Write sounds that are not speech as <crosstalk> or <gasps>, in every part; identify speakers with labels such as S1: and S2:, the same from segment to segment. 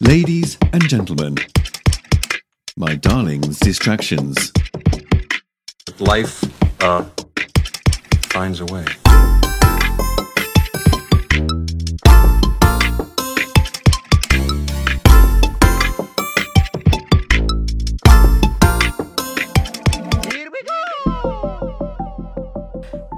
S1: Ladies and gentlemen, my darling's distractions.
S2: life uh, finds a way.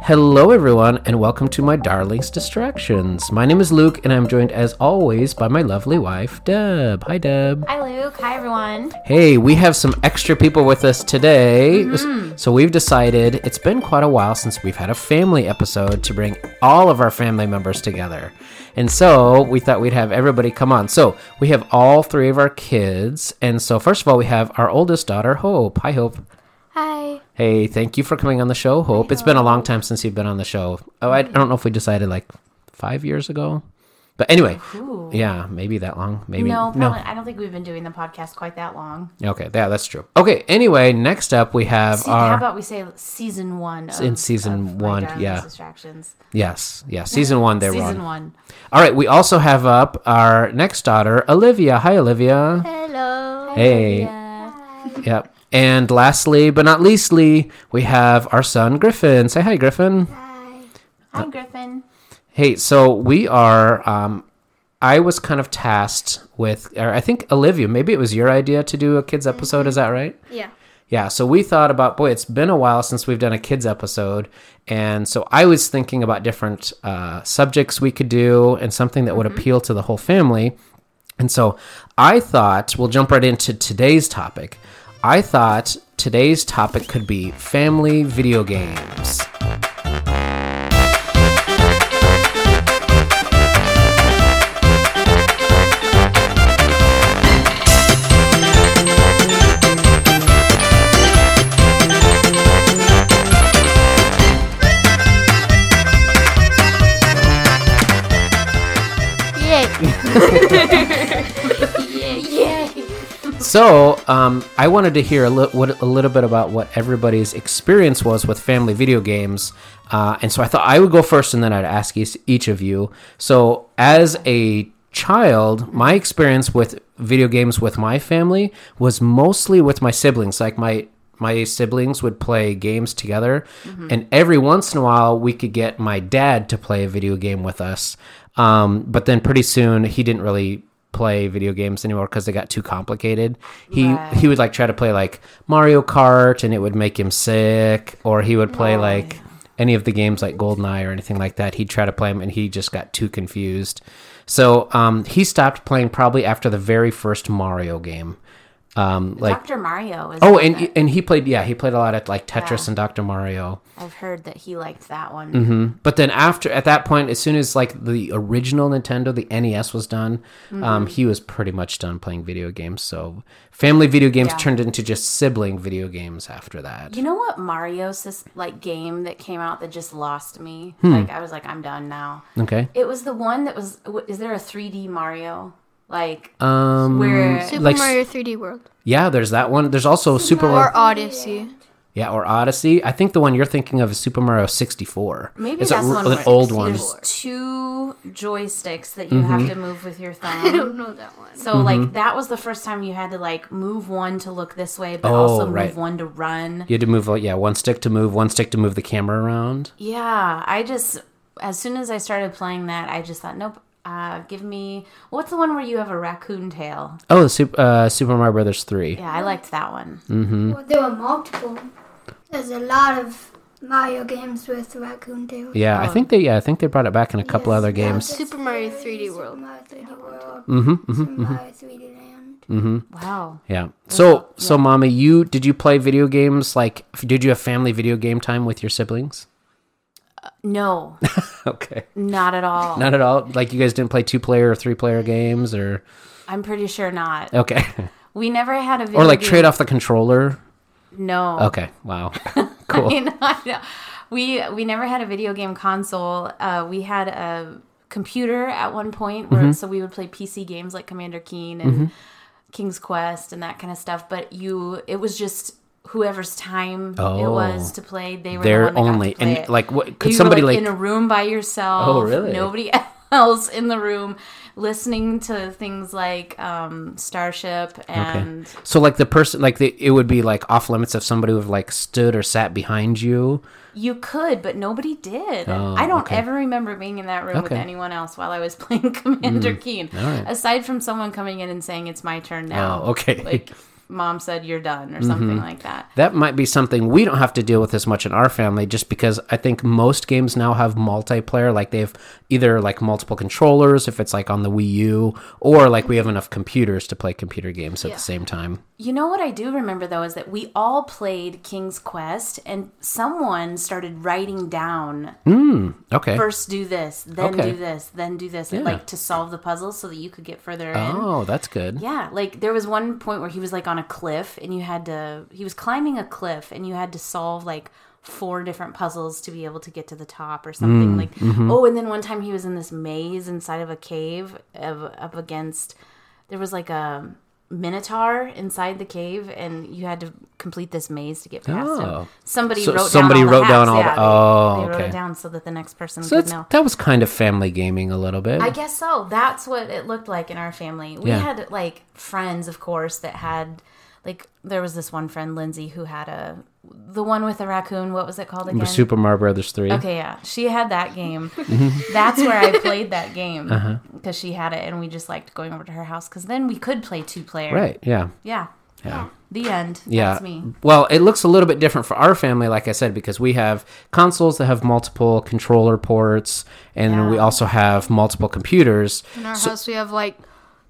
S3: Hello, everyone, and welcome to my darling's distractions. My name is Luke, and I'm joined as always by my lovely wife, Deb. Hi, Deb.
S4: Hi, Luke. Hi, everyone.
S3: Hey, we have some extra people with us today. So, we've decided it's been quite a while since we've had a family episode to bring all of our family members together. And so, we thought we'd have everybody come on. So, we have all three of our kids. And so, first of all, we have our oldest daughter, Hope. Hi, Hope.
S4: Hi.
S3: Hey, thank you for coming on the show, Hope. It's been a long time since you've been on the show. Oh, I, I don't know if we decided like five years ago, but anyway,
S4: Ooh.
S3: yeah, maybe that long. Maybe
S4: No, probably, I don't think we've been doing the podcast quite that long.
S3: Okay, yeah, that's true. Okay, anyway, next up we have
S4: See,
S3: our
S4: how about we say season one? Of,
S3: in Uh, season
S4: of My
S3: one,
S4: Darling
S3: yeah.
S4: Distractions.
S3: yes, yeah, season one. There,
S4: season
S3: Ron.
S4: one.
S3: All right, we also have up our next daughter, Olivia. Hi, Olivia.
S4: Hello.
S3: Hey. Yep. And lastly, but not leastly, we have our son Griffin. Say hi, Griffin.
S4: I'm Griffin.
S3: Hey, so we are. Um, I was kind of tasked with, or I think Olivia, maybe it was your idea to do a kids episode.
S4: Mm-hmm.
S3: Is that right?
S5: Yeah.
S3: Yeah. So we thought about, boy, it's been a while since we've done a kids episode, and so I was thinking about different uh, subjects we could do and something that would appeal to the whole family. And so I thought we'll jump right into today's topic. I thought today's topic could be family video games. So, um, I wanted to hear a, li- what, a little bit about what everybody's experience was with family video games. Uh, and so I thought I would go first and then I'd ask each, each of you. So, as a child, my experience with video games with my family was mostly with my siblings. Like, my my siblings would play games together and every once in a while we could get my dad to play a video game with us um, but then pretty soon he didn't really play video games anymore because they got too complicated he he would like try to play like mario kart and it would make him sick or he would play like any of the games like goldeneye or anything like that he'd try to play them and he just got too confused so um, he stopped playing probably after the very first mario game um, like
S4: Dr. Mario is.
S3: Oh,
S4: one
S3: and
S4: that-
S3: and he played. Yeah, he played a lot at like Tetris
S4: Yeah.
S3: and Doctor Mario.
S4: I've heard that he liked that one.
S3: Mm-hmm. But then after, at that point, as soon as like the original Nintendo, the NES was done,
S4: Mm-hmm.
S3: um, he was pretty much done playing video games. So family video games
S4: Yeah.
S3: turned into just sibling video games after that.
S4: You know what Mario sis- like game that came out that just lost me?
S3: Hmm.
S4: Like I was like, I'm done now.
S3: Okay.
S4: It was the one that was. w- Is there a 3D Mario? Like
S3: Um.
S4: where?
S5: Super
S3: Like s-
S5: Mario 3D World.
S3: Yeah. There's that one. There's also Super.
S5: Or Odyssey.
S3: Yeah. Or Odyssey. I think the one you're thinking of is Super Mario 64.
S4: Maybe
S3: it's a
S4: that's
S3: r-
S4: one
S3: an
S4: where
S3: old one.
S4: There's two joysticks that you
S3: Mm-hmm.
S4: have to move with your
S5: <laughs> I
S4: thumb.
S5: don't know that one.
S4: So like that was the first time you had to like move one to look this way, but
S3: Oh,
S4: also move
S3: right.
S4: one to run.
S3: You had to move. like, Yeah, one stick to move. One stick to move the camera around.
S4: Yeah, I just as soon as I started playing that, I just thought, nope. Uh, give me what's the one where you have a raccoon tail?
S3: Oh, the Super, uh, Super Mario Brothers three.
S4: Yeah, I liked that one.
S3: Mm.
S6: Well, there were multiple. There's a lot of Mario games with raccoon tails.
S3: Yeah,
S4: Oh.
S3: I think they. Yeah, I think they brought it back in a couple other games.
S5: Super Mario 3D World.
S6: Mario 3D World.
S3: Mm-hmm,
S6: Super Mario 3D Land.
S4: Wow.
S3: Yeah. So, so, mommy, you did you play video games? Like, f- did you have family video game time with your siblings?
S4: No,
S3: Okay.
S4: not at all.
S3: <laughs> Not at all. Like, you guys didn't play two player or three player games, or
S4: I'm pretty sure not.
S3: okay, <laughs>
S4: We never had a video
S3: or like
S4: game-
S3: trade off the controller.
S4: No.
S3: Okay. Wow. <laughs> cool.
S4: I know, I know. We we never had a video game console. Uh, we had a computer at one point,
S3: Mm-hmm.
S4: where so we would play PC games like Commander Keen and King's Quest and that kind of stuff. But you, it was just whoever's time it
S3: Oh.
S4: was to play. They were
S3: They're
S4: the one that got
S3: only
S4: to play
S3: and
S4: it.
S3: like what
S4: You
S3: could
S4: were,
S3: somebody like,
S4: in a room by yourself?
S3: Oh, really?
S4: Nobody. <laughs> else. else in the room listening to things like um, Starship and
S3: So like the person, like the, it would be like off limits if somebody would like stood or sat behind you.
S4: you could, but nobody did.
S3: Oh,
S4: I don't
S3: okay.
S4: ever remember being in that room with
S3: Okay. Mm,
S4: anyone else while I was <laughs> playing Commander Keen.
S3: right.
S4: Aside from someone coming in and saying it's my turn now.
S3: Oh, okay.
S4: <laughs>
S3: Mm-hmm.
S4: Like mom said you're done or something like that.
S3: That might be something we don't have to deal with as much in our family, just because I think most games now have multiplayer. Like they have either like multiple controllers if it's like on the Wii U, or like we have enough computers to play computer games at the same time.
S4: You know what I do remember though is that we all played King's Quest and someone started writing down
S3: Okay.
S4: first do this, then
S3: Okay.
S4: do this, then do this, like to solve the puzzle so that you could get further in.
S3: oh, that's good.
S4: Yeah, like there was one point where he was like on a cliff and you had to he was climbing a cliff and you had to solve like four different puzzles to be able to get to the top or something
S3: Mm,
S4: like
S3: mm-hmm.
S4: oh and then one time he was in this maze inside of a cave of, up against there was like a minotaur inside the cave and you had to complete this maze to get past
S3: Oh.
S4: him somebody
S3: So
S4: wrote down
S3: somebody
S4: all the
S3: wrote
S4: hacks.
S3: down all
S4: yeah,
S3: the-
S4: they-
S3: oh,
S4: they wrote
S3: okay.
S4: it down so that the next person
S3: So
S4: could
S3: that's,
S4: know
S3: that was kind of family gaming a little bit.
S4: I guess so. That's what it looked like in our family. We
S3: Yeah.
S4: had like friends, of course, that had like there was this one friend, Lindsay, who had a the one with the raccoon. What was it called again?
S3: Super Mario Brothers Three.
S4: Okay, yeah, she had
S3: <laughs>
S4: that game.
S3: Mm-hmm.
S4: That's where I played that game because
S3: Uh-huh.
S4: she had it, and we just liked going over to her house because then we could play two player.
S3: Right. Yeah.
S4: Yeah. Yeah. The end.
S3: Yeah.
S4: That's me.
S3: Well, it looks a little bit different for our family, like I said, because we have consoles that have multiple controller ports, and we also have multiple computers.
S5: In our house, we have like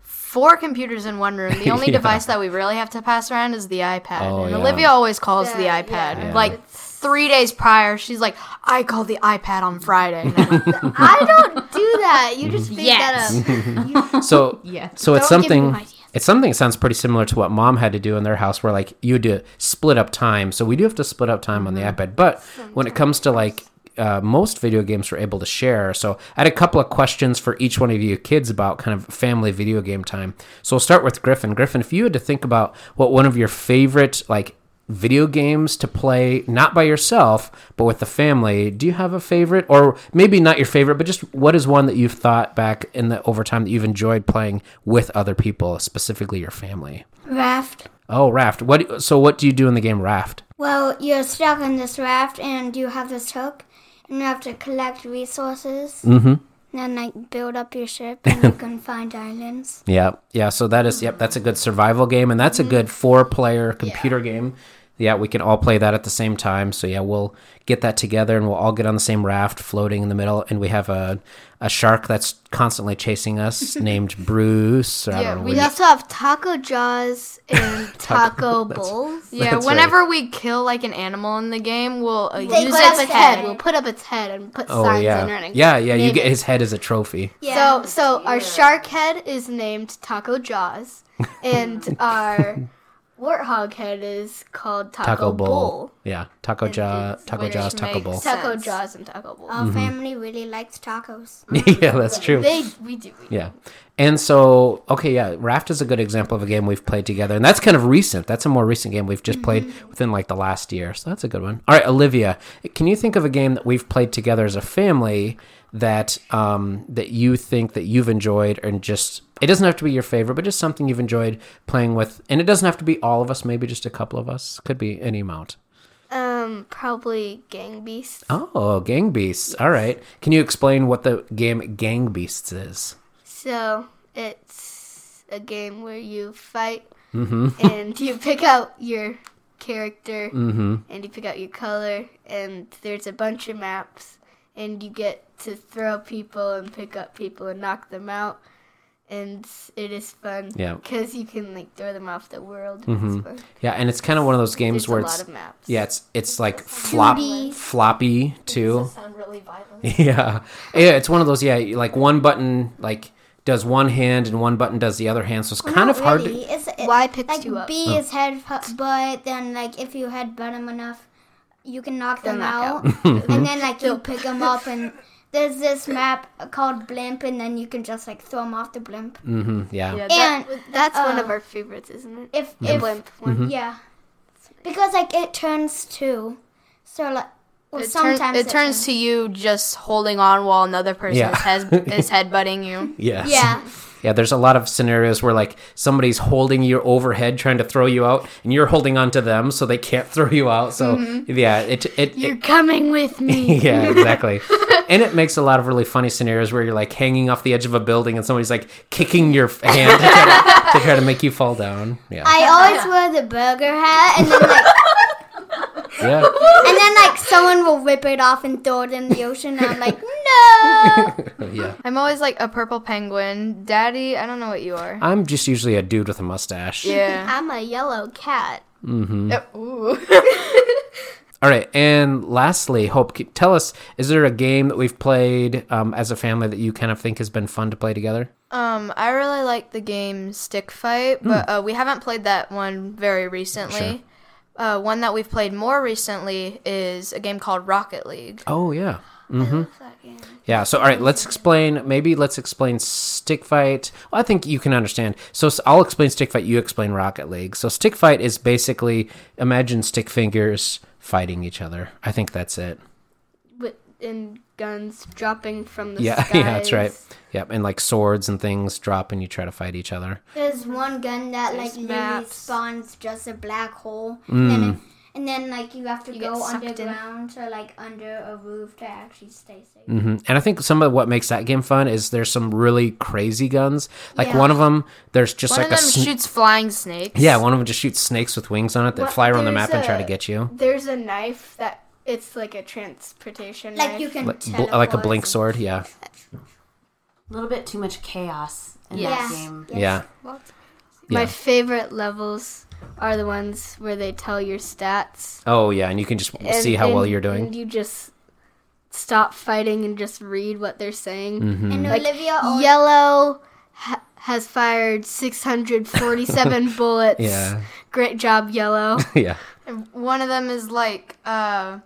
S5: four computers in one room. The only device that we really have to pass around is the iPad.
S3: Oh,
S5: and
S3: yeah.
S5: Olivia always calls the
S6: Yeah,
S5: iPad.
S6: yeah.
S5: Like three days prior, she's like, I called the iPad on Friday. And I'm like,
S3: Mm-hmm.
S6: I don't do that. You just made that up. <laughs>
S3: So
S4: Yes.
S3: So it's
S6: Don't give me
S3: something.
S6: ideas.
S3: It's something that sounds pretty similar to what mom had to do in their house, where like you had to split up time. So we do have to split up time on the
S6: Mm-hmm.
S3: iPad, but when it comes to like. Uh, most video games were able to share. So, I had a couple of questions for each one of you kids about kind of family video game time. So, we'll start with Griffin. Griffin, if you had to think about what one of your favorite like video games to play, not by yourself, but with the family, do you have a favorite, or maybe not your favorite, but just what is one that you've thought back in the overtime that you've enjoyed playing with other people, specifically your family?
S6: Raft.
S3: Oh, raft. What? So, what do you do in the game raft?
S6: Well, you're stuck on this raft and you have this hook and you have to collect resources. Mm-hmm. And like build up your ship and
S3: <laughs>
S6: you can find islands.
S3: Yeah, yeah. So that is, yep, that's a good survival game, and that's a good
S5: Mm-hmm.
S3: four-player computer game. Yeah, we can all play that at the same time. So yeah, we'll get that together, and we'll all get on the same raft, floating in the middle, and we have a a shark that's constantly chasing us,
S5: <laughs>
S3: named Bruce. Or I don't know.
S5: we
S3: what-
S5: have
S6: also have taco jaws and taco bowls.
S5: yeah,
S3: That's right.
S5: whenever we kill like an animal in the game, we'll uh, use
S6: They put
S5: its
S6: its
S5: head.
S6: head.
S5: We'll put up its head and put
S3: Oh
S5: signs
S3: yeah,
S5: on it. and
S3: yeah, yeah. You
S5: name
S3: get
S5: it.
S3: his head as a trophy.
S6: Yeah.
S5: So, so our shark head is named
S3: <laughs>
S5: Taco Jaws, and our warthog head is called Taco,
S3: Taco
S5: Bowl.
S3: bowl. Yeah, taco jaw, taco
S5: which
S3: jaws, taco
S5: makes
S3: bowl. <laughs>
S5: Taco
S4: sense.
S5: Jaws and Taco Bowl.
S6: Our
S3: Mm-hmm.
S6: family really likes tacos.
S3: yeah, that's true.
S5: they we do. We do.
S3: Yeah. And so, okay, yeah, Raft is a good example of a game we've played together. And that's kind of recent. That's a more recent game we've
S5: Mm-hmm.
S3: just played within like the last year. So that's a good one. All right, Olivia, can you think of a game that we've played together as a family that um, that you think that you've enjoyed and just it doesn't have to be your favorite, but just something you've enjoyed playing with. And it doesn't have to be all of us, maybe just a couple of us. Could be any amount.
S5: Um, probably Gang Beasts.
S3: Oh, Gang Beasts. All right. Can you explain what the game Gang Beasts is?
S5: So it's a game where you fight
S3: Mm-hmm. <laughs>
S5: and you pick out your character
S3: Mm-hmm.
S5: and you pick out your color and there's a bunch of maps and you get to throw people and pick up people and knock them out and it is fun
S3: Yeah. Mm-hmm.
S5: because you can like throw them off the world it's fun.
S3: Yeah, and it's kind of one of those games
S5: there's a
S3: where
S5: lot
S3: it's
S5: of maps
S3: Yeah, it's it's like flop floppy too.
S5: sound really violent
S3: <laughs> Yeah, yeah, it's one of those. Yeah, you- like one button like does one hand and one button does the other hand, so it's kind of hard. To, Oh.
S6: It's, it,
S5: why picks
S6: like
S5: you up
S6: B is head, pu- but then like if you headbutt them enough, you can knock them
S5: knock
S3: <laughs>
S6: out, and then like you pick them up, and there's this map called Blimp, and then you can just like throw them off the blimp.
S3: yeah.
S5: yeah,
S6: And,
S5: that, that's one of our favorites isn't it
S6: Uh, If
S5: the
S6: if
S3: Mm-hmm.
S5: blimp one
S6: yeah, because like it turns two, so like
S7: Well,
S8: it, turns,
S7: sometimes
S8: it turns to you just holding on while another person
S3: Yeah.
S8: is, head, is headbutting you.
S3: Yes. <laughs>
S7: Yeah.
S3: Yeah, there's a lot of scenarios where like somebody's holding you overhead trying to throw you out and you're holding on to them so they can't <laughs> throw you out. So yeah, it it,
S8: Mm-hmm. You're
S3: it
S8: coming with me.
S3: <laughs>
S8: <laughs>
S3: yeah, exactly. and it makes a lot of really funny scenarios where you're like hanging off the edge of a building and somebody's like kicking your f- hand to try to, to, try to make you fall down. Yeah.
S7: I always wear the burger hat, and then like,
S3: yeah.
S8: <laughs>
S7: and then like someone will rip it off and throw it in the ocean. And I'm
S6: <laughs>
S7: like, no.
S3: Yeah.
S8: I'm always like a purple penguin. Daddy, I don't know what you
S3: <laughs>
S8: are.
S3: I'm just usually a dude with a mustache.
S8: yeah.
S7: I'm a yellow cat.
S8: Uh, ooh. <laughs>
S3: All right, and lastly, Hope, c- tell us: is there a game that we've played um, as a family that you kind of think has been fun to play together?
S8: um, I really like the game Stick Fight,
S3: Hmm.
S8: but uh, we haven't played that one very recently. Uh, one that we've played more recently is a game called Rocket League.
S3: Oh yeah. Mm-hmm. Yeah. So all right, let's explain. Maybe let's explain stick fight. Well, I think you can understand. So s- I'll explain stick fight. You explain Rocket League. So stick fight is basically imagine stick fingers fighting each other. I think that's it.
S8: With, and guns dropping from the
S3: Yeah. <laughs> Yeah. That's right. Yep. And like swords and things drop, and you try to fight each other.
S7: There's one gun that
S8: There's
S7: like literally
S8: maps.
S7: spawns just a black hole,
S3: Mm.
S7: and, then it- and then like you have to
S8: You get
S7: go
S8: sucked in.
S7: underground or like under a roof to actually stay safe.
S3: Mhm. And I think some of what makes that game fun is there's some really crazy guns. Like one of them, there's just
S8: One
S3: like
S8: of them
S3: a sn-
S8: shoots flying snakes.
S3: yeah, one of them just shoots snakes with wings on it that
S5: What-
S3: fly around the
S5: there's
S3: map and try
S5: a-
S3: to get you.
S5: There's a knife that it's like a transportation
S7: Like
S5: knife.
S7: you can
S3: Like, bl- like a blink sword, yeah,
S4: A little bit too much chaos in
S7: Yes.
S4: that game.
S3: yeah.
S5: My
S3: Yeah.
S5: favorite levels are the ones where they tell your stats.
S3: Oh yeah, and you can just
S5: and-
S3: see how well
S5: and-
S3: you're doing.
S5: And you just stop fighting and just read what they're saying.
S3: Mm-hmm.
S7: And
S5: Like,
S7: Olivia always
S5: Yellow ha- has fired 647 bullets.
S3: <laughs> Yeah.
S5: Great
S3: <laughs>
S5: job, Yellow.
S3: yeah,
S8: One of them is like uh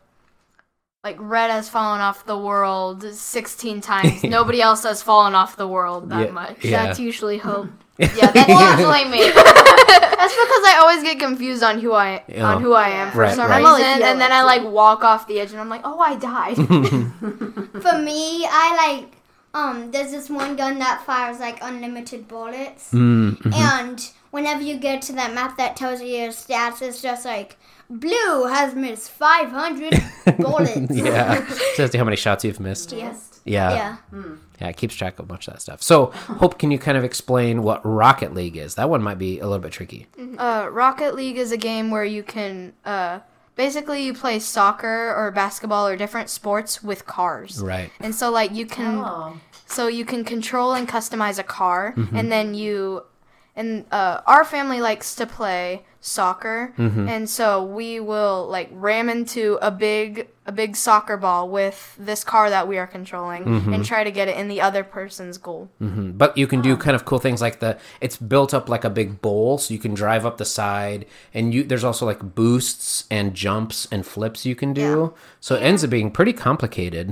S8: like red has fallen off the world 16
S3: <laughs>
S8: times. Nobody else has fallen off the world that
S3: Yeah,
S8: much.
S3: yeah.
S5: That's usually hope.
S8: Yeah,
S3: <laughs>
S8: that's not blame me. That's because I always get confused on who I
S3: Yeah.
S8: on who I am for
S3: Right,
S8: some
S3: right.
S8: reason, and then I like walk off the edge and I'm like, oh, I died.
S3: <laughs>
S7: For me, I like um. There's this one gun that fires like unlimited bullets,
S3: Mm-hmm.
S7: and whenever you get to that map that tells you your stats, it's just like blue has
S3: <laughs>
S7: missed 500 bullets.
S3: yeah. so that's how many shots you've missed.
S7: Yes.
S3: Yeah. yeah,
S7: Yeah.
S3: It keeps track of much of that stuff. So, Hope, can you kind of explain what Rocket League is? That one might be a little bit tricky.
S8: Uh, Rocket League is a game where you can uh, basically you play soccer or basketball or different sports with cars.
S3: Right.
S8: And so like you can
S4: Oh,
S8: so you can control and customize a car
S3: Mm-hmm.
S8: and then you and uh, our family likes to play soccer
S3: Mm-hmm.
S8: and so we will like ram into a big a big soccer ball with this car that we are controlling
S3: Mm-hmm.
S8: and try to get it in the other person's goal
S3: Mhm. But you can do kind of cool things like the it's built up like a big bowl, so you can drive up the side, and you there's also like boosts and jumps and flips you can do. So it ends up being pretty complicated.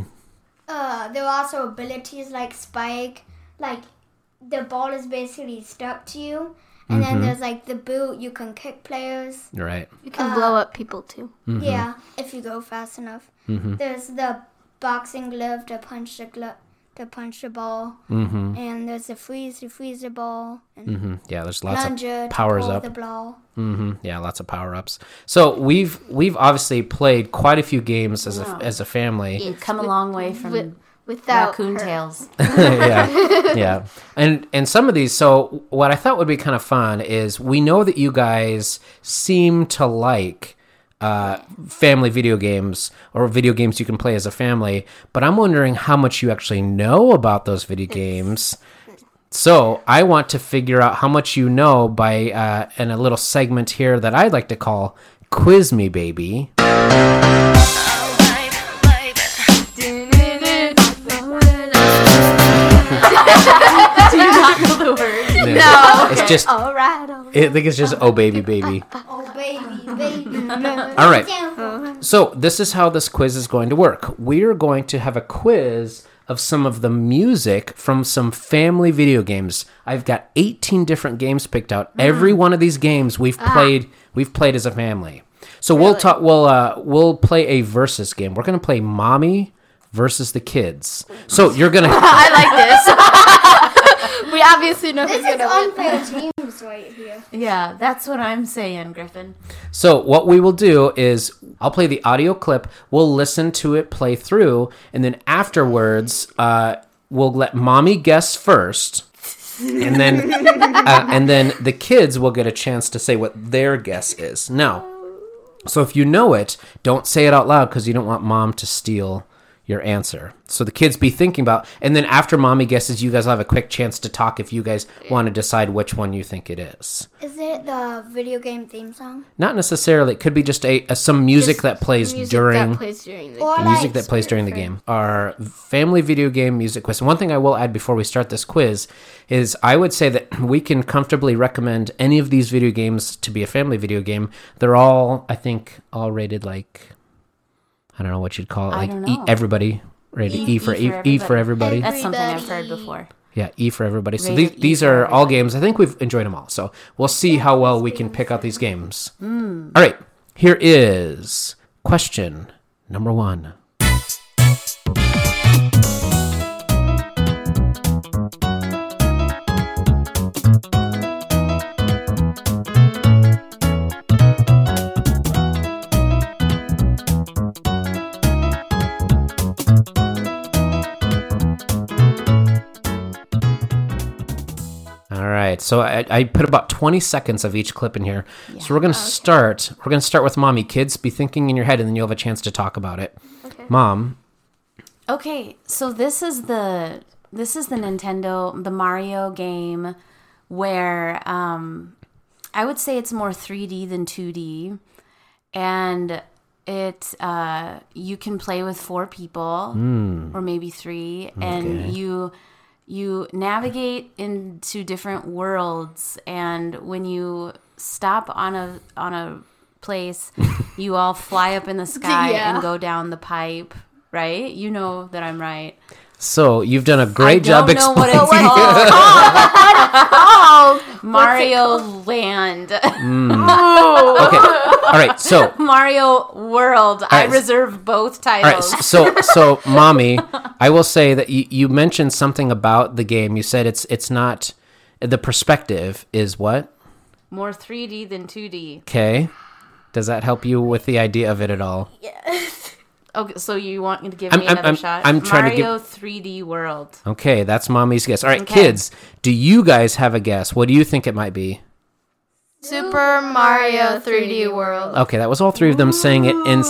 S7: Uh, there are also abilities like spike, like the ball is basically stuck to you, and
S3: Mm-hmm.
S7: then there's like the boot. You can kick players.
S3: Right.
S5: You can blow
S7: Uh,
S5: up people too.
S3: Mm-hmm.
S7: Yeah, if you go fast enough. There's the boxing glove to punch the glove. To punch the ball, mm-hmm. and there's the freeze to freeze the ball, and
S3: Mhm. Yeah. There's lots of
S7: plunger to
S3: powers
S7: pull
S3: up.
S7: the ball.
S3: hmm Yeah, lots of power ups. So we've we've obviously played quite a few games as a as a family.
S4: you've come a long way
S7: mm.
S4: from
S5: Wi- without
S4: Raccoon
S5: her.
S4: <laughs> Tales.
S3: <laughs> yeah, yeah. And and some of these. So what I thought would be kind of fun is we know that you guys seem to like uh, family video games or video games you can play as a family. But I'm wondering how much you actually know about those video games. So I want to figure out how much you know by uh, in a little segment here that I'd like to call "Quiz Me, Baby." No, it's just.
S7: All right, all right.
S3: I think it's just "Oh, baby, baby."
S7: oh baby, baby.
S3: All right.
S7: Down.
S3: So, this is how this quiz is going to work. We're going to have a quiz of some of the music from some family video games. I've got 18 different games picked out. Every one of these games we've played we've played as a family. So we'll talk. We'll uh, we'll play a versus game. We're gonna play mommy versus the kids. So you're gonna.
S8: I like this. we obviously know who's
S6: This is
S8: gonna win.
S6: unfair teams right here.
S4: <laughs> Yeah, that's what I'm saying, Griffin.
S3: so what we will do is I'll play the audio clip. We'll listen to it play through, and then afterwards, uh, we'll let mommy guess first. and then, uh, and then the kids will get a chance to say what their guess is. Now, So if you know it, don't say it out loud because you don't want mom to steal your answer. So the kids be thinking about, and then after mommy guesses, you guys will have a quick chance to talk if you guys want to decide which one you think it is.
S6: Is it the video game theme song?
S3: Not necessarily. It could be just a, a some music that plays
S8: Music
S3: during.
S8: that plays during the
S6: Or
S8: game.
S6: like
S3: Music that plays during the game. Our family video game music quiz. And one thing I will add before we start this quiz is I would say that <clears throat> we can comfortably recommend any of these video games to be a family video game. They're all, I think, all rated like I don't know what you'd call it, like
S4: don't
S3: E,
S4: know.
S3: everybody rated E, for E, E for everybody.
S4: That's something I've heard
S6: <laughs>
S4: before.
S3: Yeah, E for everybody. So
S4: Rated
S3: these,
S4: E
S3: these
S4: for
S3: are all games. I think we've enjoyed them all. So we'll see how well we can pick out these games.
S4: Hmm.
S3: All right, here is question number one. All right, so I, I put about twenty seconds of each clip in here. So we're gonna start. We're gonna start with mommy. Kids, be thinking in your head, and then you'll have a chance to talk about it. Mom,
S4: Okay, so this is the this is the Nintendo the Mario game where um I would say it's more 3D than 2D and it uh you can play with four people or maybe 3 and you you navigate into different worlds and when you stop on a on a
S3: <laughs>
S4: place you all fly up in the sky
S8: Yeah.
S4: and go down the pipe right you know that i'm right
S3: so you've done a great
S4: I
S3: job
S4: don't know what it's
S3: explaining. <laughs>
S4: called. mario land
S3: Okay, all right. So
S4: <laughs> mario world i
S3: right.
S4: reserve both
S3: All right,
S4: titles
S3: so <laughs> so mommy, I will say that you, you mentioned something about the game. You said it's it's not the perspective is what?
S4: more 3d than 2d
S3: Okay. Does that help you with the idea of it at all?
S4: okay so you want me to give
S3: I'm-
S4: me
S3: I'm-
S4: another
S3: I'm-
S4: shot
S3: I'm trying to give-
S4: mario 3d world
S3: Okay, that's mommy's guess. All right,
S4: Okay.
S3: kids, do you guys have a guess? What do you think it might be?
S8: Super Mario 3D World.
S3: Okay, that was all three of them saying it in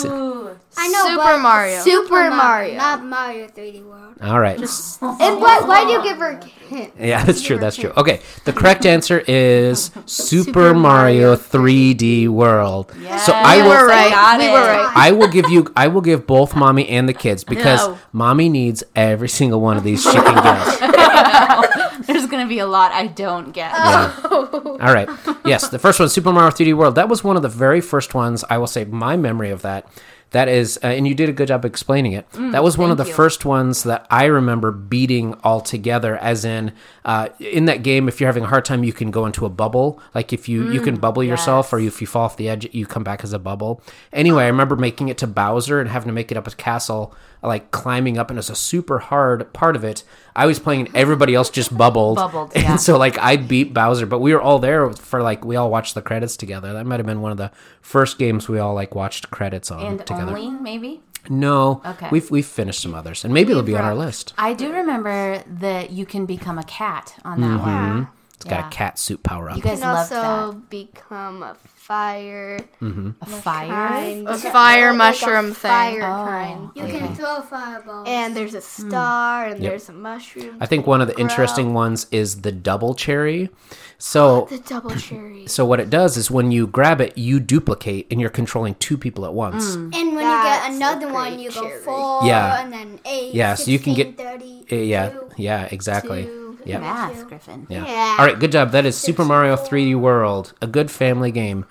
S6: I know,
S8: Super
S6: but
S8: Mario.
S6: Super Mario,
S8: Mario.
S6: not Mario 3D World.
S3: All right.
S6: And why? Why do you give her hint?
S3: Yeah, that's true. That's true. Okay, the <laughs> correct answer is Super Mario 3D World. So I
S8: We
S3: will
S8: were
S4: I
S8: right.
S4: got
S8: We
S4: it.
S8: were right.
S3: I will give you. I will give both mommy and the kids because
S4: No.
S3: mommy needs every single one of these chicken guess.
S4: there's gonna be a lot i don't get
S3: <laughs> All right. Yes, the first one, Super Mario 3D World. That was one of the very first ones. I will say my memory of that. That is, uh, and you did a good job explaining it. that was one of the first ones that I remember beating all together. As in, uh, in that game, if you're having a hard time, you can go into a bubble. Like if you you can bubble yourself, or if you fall off the edge, you come back as a bubble. Anyway, I remember making it to Bowser and having to make it up a castle, like climbing up, and it's a super hard part of it. I was playing, and everybody else just bubbled.
S4: Bubbled,
S3: And
S4: yeah.
S3: so like I beat Bowser, but we were all there for like we all watched the credits together. That might have been one of the first games we all like watched credits on
S4: and
S3: together.
S4: only maybe
S3: No,
S4: Okay.
S3: we've we've finished some others, and maybe it'll be on our list.
S4: I do remember that you can become a cat on that one.
S3: Mm-hmm. It's got
S4: Yeah.
S3: a cat suit power up.
S4: You guys
S8: can
S4: loved
S8: also become a fire
S4: that. A fire.
S8: kind, a fire
S6: like a
S8: mushroom
S6: fire
S8: thing.
S4: Oh,
S6: You can throw fireballs.
S8: And there's a star and there's a mushroom.
S3: Hmm. I think one of the interesting ones is the double cherry.
S4: Oh,
S3: So
S8: The double cherry.
S3: so what it does is when you grab it, you duplicate, and you're controlling two people at once.
S4: Mm.
S6: And when you get
S8: That's a
S6: another one,
S8: great
S6: you
S8: cherry.
S6: go four,
S3: Yeah.
S6: and then eight.
S3: Yeah, so you can
S6: 16,
S3: get-
S6: 30,
S3: Eh, Yeah,
S6: two.
S3: yeah, exactly. Yeah.
S4: math, Griffin.
S3: Yeah. All right, good job. That is Super Mario 3D World, a good family game.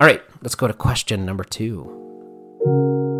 S3: All right, let's go to question number two.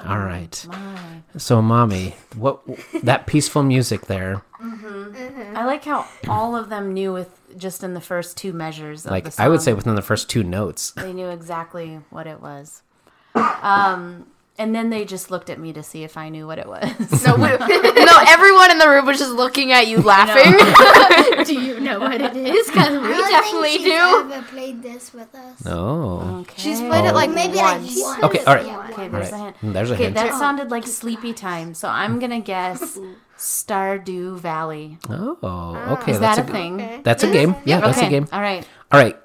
S3: All right.
S4: My.
S3: So, mommy, what that peaceful music there?
S4: I like how all of them knew with just in the first two measures. Of the
S3: Like
S4: song,
S3: I would say within the first two notes.
S4: they knew exactly what it was. Um, and then they just looked at me to see if I knew what it was.
S8: No,
S3: <laughs>
S8: we- no, everyone in the room was just looking at you laughing.
S5: Do you know what it is? Because
S6: I don't
S8: definitely
S6: think she's
S8: do.
S6: ever played this with us.
S3: Oh.
S4: Okay.
S8: She's played it like
S6: Maybe
S8: once.
S6: like once.
S3: Okay, all right.
S6: Yeah,
S4: Okay,
S6: once.
S4: there's a
S3: Right.
S4: hint.
S3: Mm, there's a
S4: okay,
S3: hint.
S4: that
S8: Oh.
S4: sounded like sleepy time, so I'm
S8: <laughs>
S4: gonna guess Stardew Valley.
S3: Oh. Okay.
S4: Is
S3: that's
S4: that a
S3: a,
S4: thing?
S3: That's a game. Yeah, that's a
S4: Okay,
S3: game.
S4: All right.
S3: All right,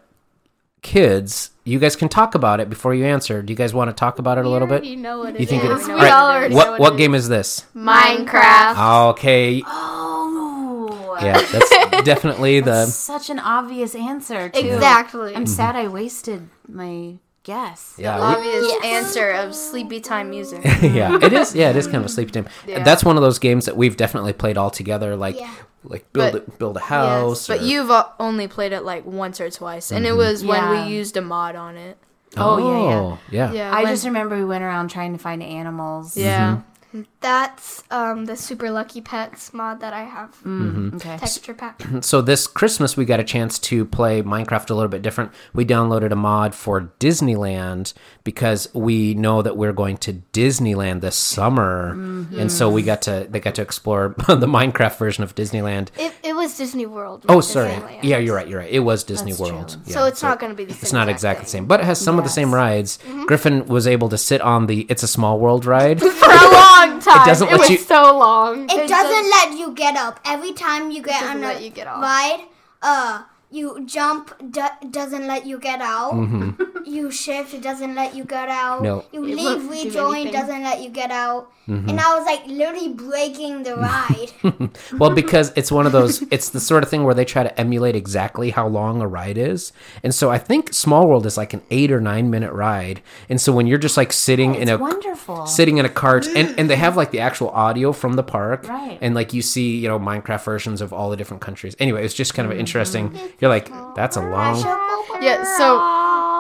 S3: kids, you guys can talk about it before you answer. Do you guys want to talk about it a little bit?
S8: You know what it
S3: You think it-
S8: is.
S3: We
S8: We all
S3: all
S8: already
S3: What what game is this?
S8: Minecraft.
S3: Okay,
S4: Oh,
S3: yeah, that's definitely the
S4: such an obvious answer too.
S5: Exactly.
S4: I'm sad I wasted my guess.
S3: <laughs> Mm-hmm. yeah. we-
S8: Obvious answer of sleepy time music.
S3: <laughs> yeah, it is. Yeah, it is kind of a sleepy time. That's one of those games that we've definitely played all together, like
S6: Yeah.
S3: like build
S8: But-
S3: a, build a
S8: Yes,
S3: house.
S8: but
S3: or-
S8: you've o- only played it like once or twice, and it was when
S4: Yeah.
S8: we used a mod on it.
S4: Oh, yeah, yeah.
S3: yeah, yeah.
S8: Yeah,
S4: I
S8: when-
S4: just remember we went around trying to find
S8: <laughs>
S4: animals.
S8: yeah.
S5: That's um, the Super Lucky Pets mod that I have.
S8: Mm,
S3: Mm-hmm.
S4: Okay.
S5: Texture pack.
S3: So this Christmas we got a chance to play Minecraft a little bit different. We downloaded a mod for Disneyland because we know that we're going to Disneyland this summer, and so we got to they got to explore <laughs> the Minecraft version of Disneyland.
S5: It, it was Disney World.
S3: Oh,
S5: not
S3: sorry.
S5: Disneyland.
S3: Yeah, you're right. You're right. It was Disney
S4: That's
S3: World.
S4: true.
S3: Yeah,
S5: So it's not going to be the same.
S3: it's not
S5: exact
S3: exactly the same, but it has some of the same rides. Griffin was able to sit on the "It's a Small World" ride.
S8: for a long time. It,
S3: doesn't let
S8: was
S3: you-
S8: so long.
S6: It doesn't let you get up. Every time you get on
S8: doesn't
S6: a
S8: let you get off.
S6: ride, uh, you jump do- doesn't let you get out. <laughs> you shift doesn't let you get
S3: Mm-hmm.
S6: out.
S3: No. Mm-hmm.
S6: You
S8: It
S6: leave
S8: won't do
S6: rejoin
S8: anything.
S6: doesn't let you get out. And I was like literally breaking the
S3: <laughs>
S6: ride.
S3: Well, because it's one of those, it's the sort of thing where they try to emulate exactly how long a ride is. And so I think Small World is like an eight or nine minute ride. And so when you're just like sitting in
S4: It's
S3: a
S4: wonderful.
S3: sitting in a cart and, and they have like the actual audio from the park
S4: Right.
S3: and like you see you know minecraft versions of all the different countries anyway it's just kind of interesting you're like that's a long
S8: Yeah, so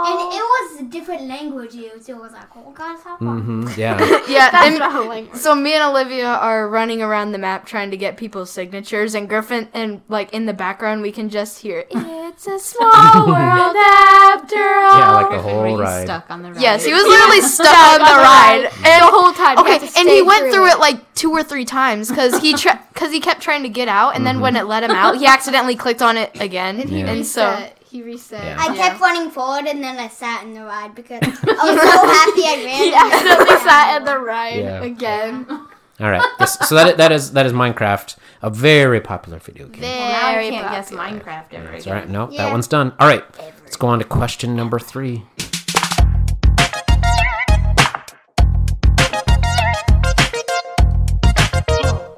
S6: And it was a different language used. It was like, oh, God, how far?
S3: Mhm, yeah
S8: yeah, and, so me and Olivia are running around the map trying to get people's signatures, and Griffin and like in the background we can just hear <laughs> "It's a small world after all."
S3: yeah like the
S4: Were
S3: whole
S4: you
S3: ride
S4: stuck on the ride?
S8: Yes, he was literally <laughs> stuck on the ride and the whole time.
S5: had
S8: Okay,
S5: to
S8: and
S5: stay
S8: he went through
S5: through it.
S8: it like two or three times because he <laughs> tra- cause he kept trying to get out, and then when it let him out, he accidentally clicked on it again, and, so
S5: Reset. he reset.
S3: Yeah.
S6: I kept running forward and then I sat in the ride because
S3: <laughs>
S6: I was so happy I ran.
S8: he
S6: <laughs>
S8: accidentally sat in the ride
S3: Yeah.
S8: again.
S5: <laughs>
S3: all right Yes, so that that is that is minecraft a very popular video game
S4: Well, now I can't guess Minecraft ever
S3: All right,
S4: again.
S3: no, that
S6: Yeah.
S3: one's done. All right, let's go on to question number three.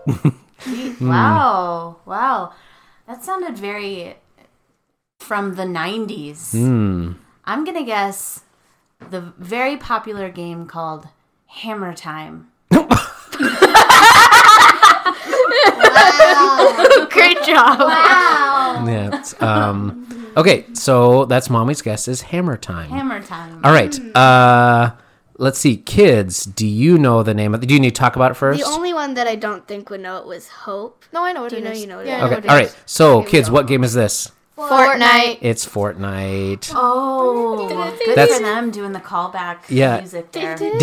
S3: Mm.
S4: Wow, wow, that sounded very from the '90s.
S3: Mm.
S4: I'm gonna guess the very popular game called Hammer Time.
S8: <laughs> Great job.
S3: <laughs> Yeah. it's, Um, okay, so that's mommy's guess is hammer time.
S4: Hammer Time.
S3: All right. Uh, let's see, kids. Do you know the name of? The, do you need to talk about it first?
S5: The only one that I don't think would know it was Hope.
S8: No, I know what
S5: You
S8: it
S5: know,
S8: is.
S5: you know what
S8: Yeah,
S5: it
S8: I
S5: is.
S8: know
S3: okay.
S8: what
S3: All right. So, kids, what game is this?
S8: Fortnite.
S3: It's Fortnite.
S4: Oh, good
S3: That's-
S4: for them doing the callback
S3: Yeah.
S4: music there.
S3: Did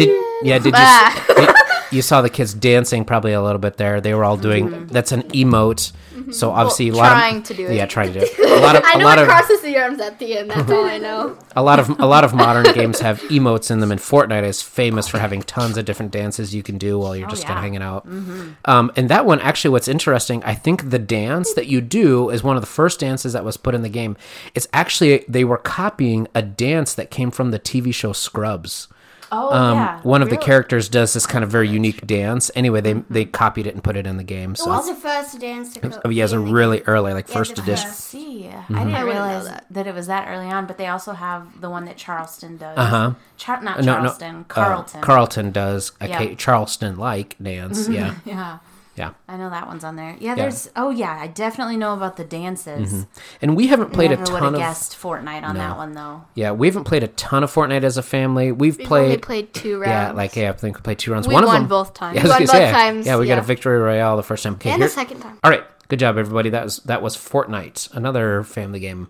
S3: yeah? Did you? s- did- you saw the kids dancing probably a little bit there. They were all doing. That's an emote. So obviously a lot
S8: trying
S3: of
S8: to do it.
S3: Yeah, trying to do it. A lot of
S5: I
S3: a
S5: know
S3: lot
S5: it
S3: of
S5: crosses the arms at the
S3: <laughs>
S5: end. That's all I know.
S3: A lot of a lot of modern games have emotes in them, and Fortnite is famous for having tons of different dances you can do while you're just kind
S4: yeah.
S3: of hanging out. Um, and that one, actually, what's interesting, I think the dance that you do is one of the first dances that was put in the game. It's actually they were copying a dance that came from the TV show Scrubs.
S4: Oh,
S3: Um,
S4: yeah.
S3: one of the characters does this kind of very unique dance. Anyway, they they copied it and put it in the game.
S6: It was
S3: So
S6: the first dance to go.
S3: oh, yeah, it's a really early, like first
S6: the
S3: edition.
S6: first.
S4: See,
S3: Mm-hmm.
S4: I
S8: wouldn't
S4: didn't
S8: know
S4: realize that.
S8: that.
S4: it was that early on, but they also have the one that Charleston does.
S3: Uh-huh.
S4: Char- not
S3: No, no,
S4: Charleston,
S3: uh,
S4: Carlton.
S3: Carlton does a
S4: Yeah.
S3: Charleston like dance. Yeah.
S4: yeah.
S3: Yeah.
S4: I know that one's on there. Yeah, there's. Oh yeah, I definitely know about the dances.
S3: Mm-hmm. And we haven't played
S4: Never
S3: a
S4: would have
S3: ton of
S4: guessed Fortnite on that one though.
S3: Yeah, we haven't played a ton of Fortnite as a family. We've
S8: We've only
S3: played
S8: played two rounds.
S3: Yeah, like yeah, I think we played two rounds.
S8: We
S3: one of
S8: won
S3: them,
S8: both times.
S3: Yeah, I
S8: We
S3: was
S8: won
S3: gonna
S8: both
S3: say,
S8: times,
S3: Yeah, we got a
S8: yeah.
S3: victory royale the first time. Okay,
S8: and the
S3: here-
S8: second time.
S3: All right, good job, everybody. That was that was Fortnite, another family game.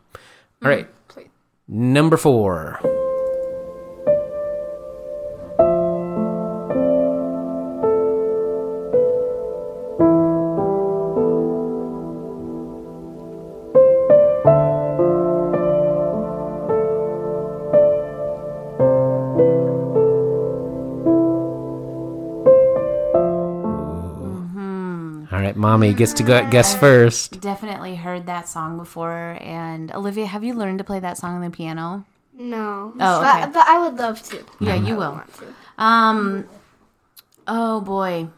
S3: All right,
S8: played.
S3: number four. All right, mommy gets to go guess first.
S4: Definitely heard that song before. And Olivia, have you learned to play that song on the piano?
S7: No.
S4: Oh, okay.
S7: But, but I would love to.
S4: Yeah, you will. Um. Oh boy.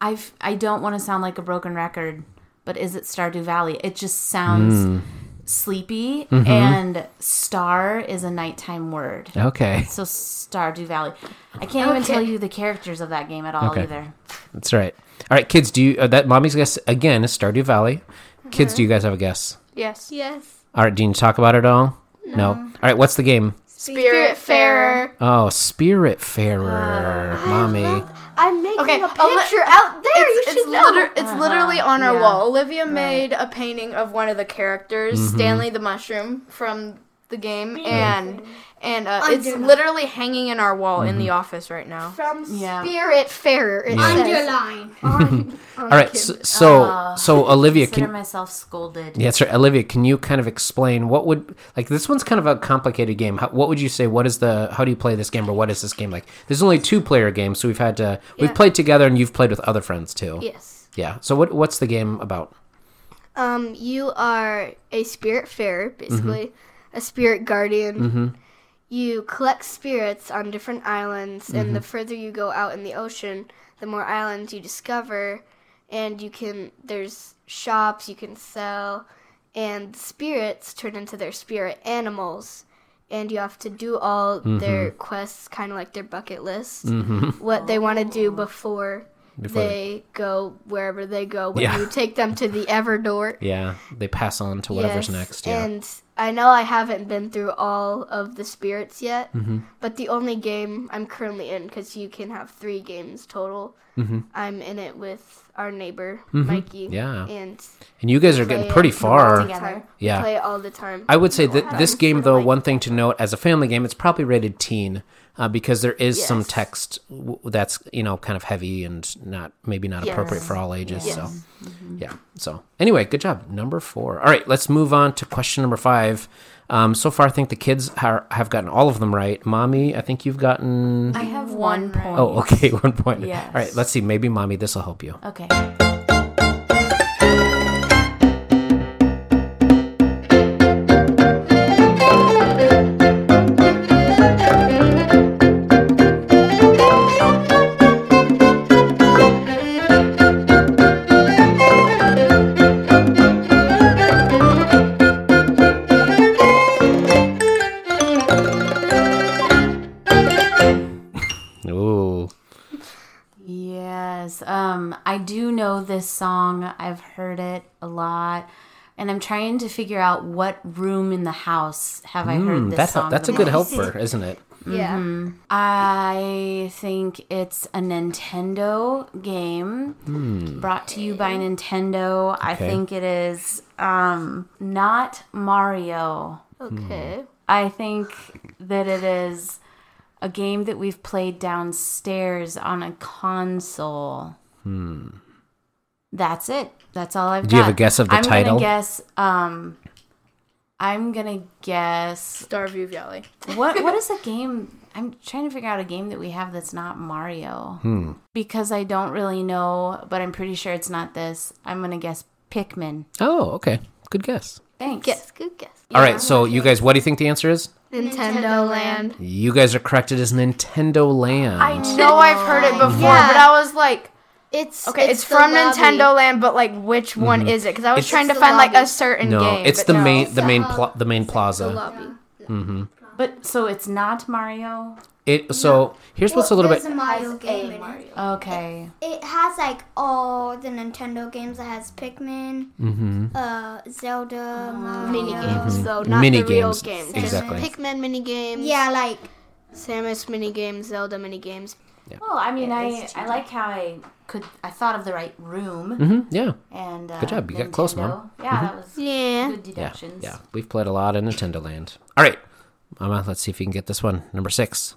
S4: I've. I don't want to sound like a broken record, but is it Stardew Valley? It just sounds
S3: Hmm.
S4: sleepy,
S3: Mm-hmm.
S4: and star is a nighttime word.
S3: Okay,
S4: So Stardew Valley. I can't even tell you the characters of that game at all
S3: Okay.
S4: either.
S3: that's right. All right, kids, do you uh, that mommy's guess again is Stardew Valley. Kids, do you guys have a guess?
S8: Yes.
S7: Yes.
S3: All right, do you need to talk about it all? No. All right, what's the game?
S8: Spirit Fairer.
S3: Oh, Spiritfarer, mommy.
S7: I'm making
S8: Okay,
S7: a
S8: I'll let-
S7: picture out there.
S8: It's,
S7: you
S8: it's,
S7: should know.
S8: liter-
S5: Uh-huh.
S8: it's
S3: Uh-huh.
S8: literally on our wall. Olivia made a painting of one of the characters,
S3: Mm-hmm.
S8: Stanley the Mushroom from the game, and and uh, it's
S6: Underline.
S8: literally hanging in our wall in the
S3: Mm-hmm.
S8: office right now.
S7: From
S4: Yeah.
S7: Spirit Fairer. It says.
S6: Underline.
S3: All right, so so, so Olivia,
S4: Consider
S3: can
S4: myself scolded.
S3: yeah, sorry, Olivia, can you kind of explain what would like this one's kind of a complicated game. How, what would you say? What is the how do you play this game, or what is this game like? There's only two player games, so we've had to we've played together, and you've played with other friends too.
S7: Yes.
S3: Yeah. So what what's the game about?
S7: Um, you are a spirit fairer,
S3: Mm-hmm.
S7: basically a spirit guardian. You collect spirits on different islands, and
S3: Mm-hmm.
S7: the further you go out in the ocean, the more islands you discover, and you can there's shops you can sell, and the spirits turn into their spirit animals. And you have to do all
S3: Mm-hmm.
S7: their quests, kind of like their bucket list, what they want to do before,
S3: Before
S7: they go wherever they go when
S3: Yeah.
S7: you take them to the Everdor.
S3: Yeah, they pass on to whatever's
S7: Yes,
S3: next. Yeah.
S7: And I know I haven't been through all of the spirits yet,
S3: Mm-hmm.
S7: but the only game I'm currently in, because you can have three games total,
S3: Mm-hmm.
S7: I'm in it with our neighbor, Mikey.
S3: Yeah.
S7: And
S3: and you guys are getting
S7: play
S3: pretty
S7: it all the
S3: far.
S7: time.
S3: Yeah.
S7: Play it all the time.
S3: I would say that this game, though, one thing to note as a family game, it's probably rated teen uh, because there is some
S7: Yes.
S3: text w- that's you know kind of heavy and not maybe not appropriate for all ages. So, yeah. So anyway, good job, number four. All right, let's move on to question number five. Um, so far, I think the kids are, have gotten all of them right. Mommy, I think you've gotten.
S4: I have one point.
S3: Oh, okay, <laughs> one point. All right,
S4: Yes.
S3: let's see. Maybe, mommy, this will help you.
S4: Okay.
S3: Ooh.
S4: Yes. Um, I do know this song. I've heard it a lot. And I'm trying to figure out what room in the house have I heard this
S3: That
S4: song.
S3: help, Mm, that's a
S4: the
S3: good
S4: most.
S3: helper, isn't it?
S7: yeah.
S3: Mm-hmm.
S4: I think it's a Nintendo game brought to you by Nintendo. I
S3: Hmm. Okay.
S4: think it is um, not Mario.
S3: Hmm.
S7: Okay.
S4: I think that it is a game that we've played downstairs on a console. Hmm. That's it. That's all I've got.
S3: Do you have a guess of the
S4: I'm
S3: title?
S4: Gonna guess. Um, I'm gonna guess.
S8: Starview Valley.
S4: What <laughs> What is a game? I'm trying to figure out a game that we have that's not Mario.
S3: Hmm.
S4: Because I don't really know, but I'm pretty sure it's not this. I'm gonna guess Pikmin.
S3: Oh, okay. Good guess.
S4: Thanks.
S7: Guess. Good guess.
S3: All right, so you guys, what do you think the answer is?
S7: Nintendo Land.
S3: You guys are correct. It is Nintendo Land.
S8: I know I've heard it before, but I was like,
S7: It's
S8: okay, it's,
S7: the
S8: from
S7: lobby.
S8: Nintendo Land, but like, which one is it? Because I was
S3: Mm-hmm. It's-
S8: trying to
S7: the
S8: find like
S7: lobby.
S8: a certain
S3: no,
S8: game.
S3: it's
S8: but
S3: the
S8: no.
S3: main, the main, pla- the main
S7: The
S3: plaza.
S7: lobby.
S4: But so it's not Mario.
S3: It so here's what's a little
S6: There's
S3: bit
S6: a Mario game in it.
S4: Okay.
S6: It has like all the Nintendo games. It has Pikmin,
S3: Mm-hmm.
S6: uh, Zelda, Mario.
S5: Mini games, though, not
S3: mini
S5: the real
S3: games.
S5: games.
S3: Exactly.
S5: Pikmin mini games.
S6: Yeah, like
S5: Samus mini games. Zelda mini games.
S4: Well, I mean, I
S5: is
S4: I like how I could I thought of the right room
S3: Mhm, yeah.
S4: and uh,
S3: Good job. You got close, Mom.
S4: Nintendo. Yeah, that was
S5: Yeah.
S4: good deductions.
S3: Yeah, we've played a lot in Nintendo Land. All right, Mama, let's see if you can get this one. Number six.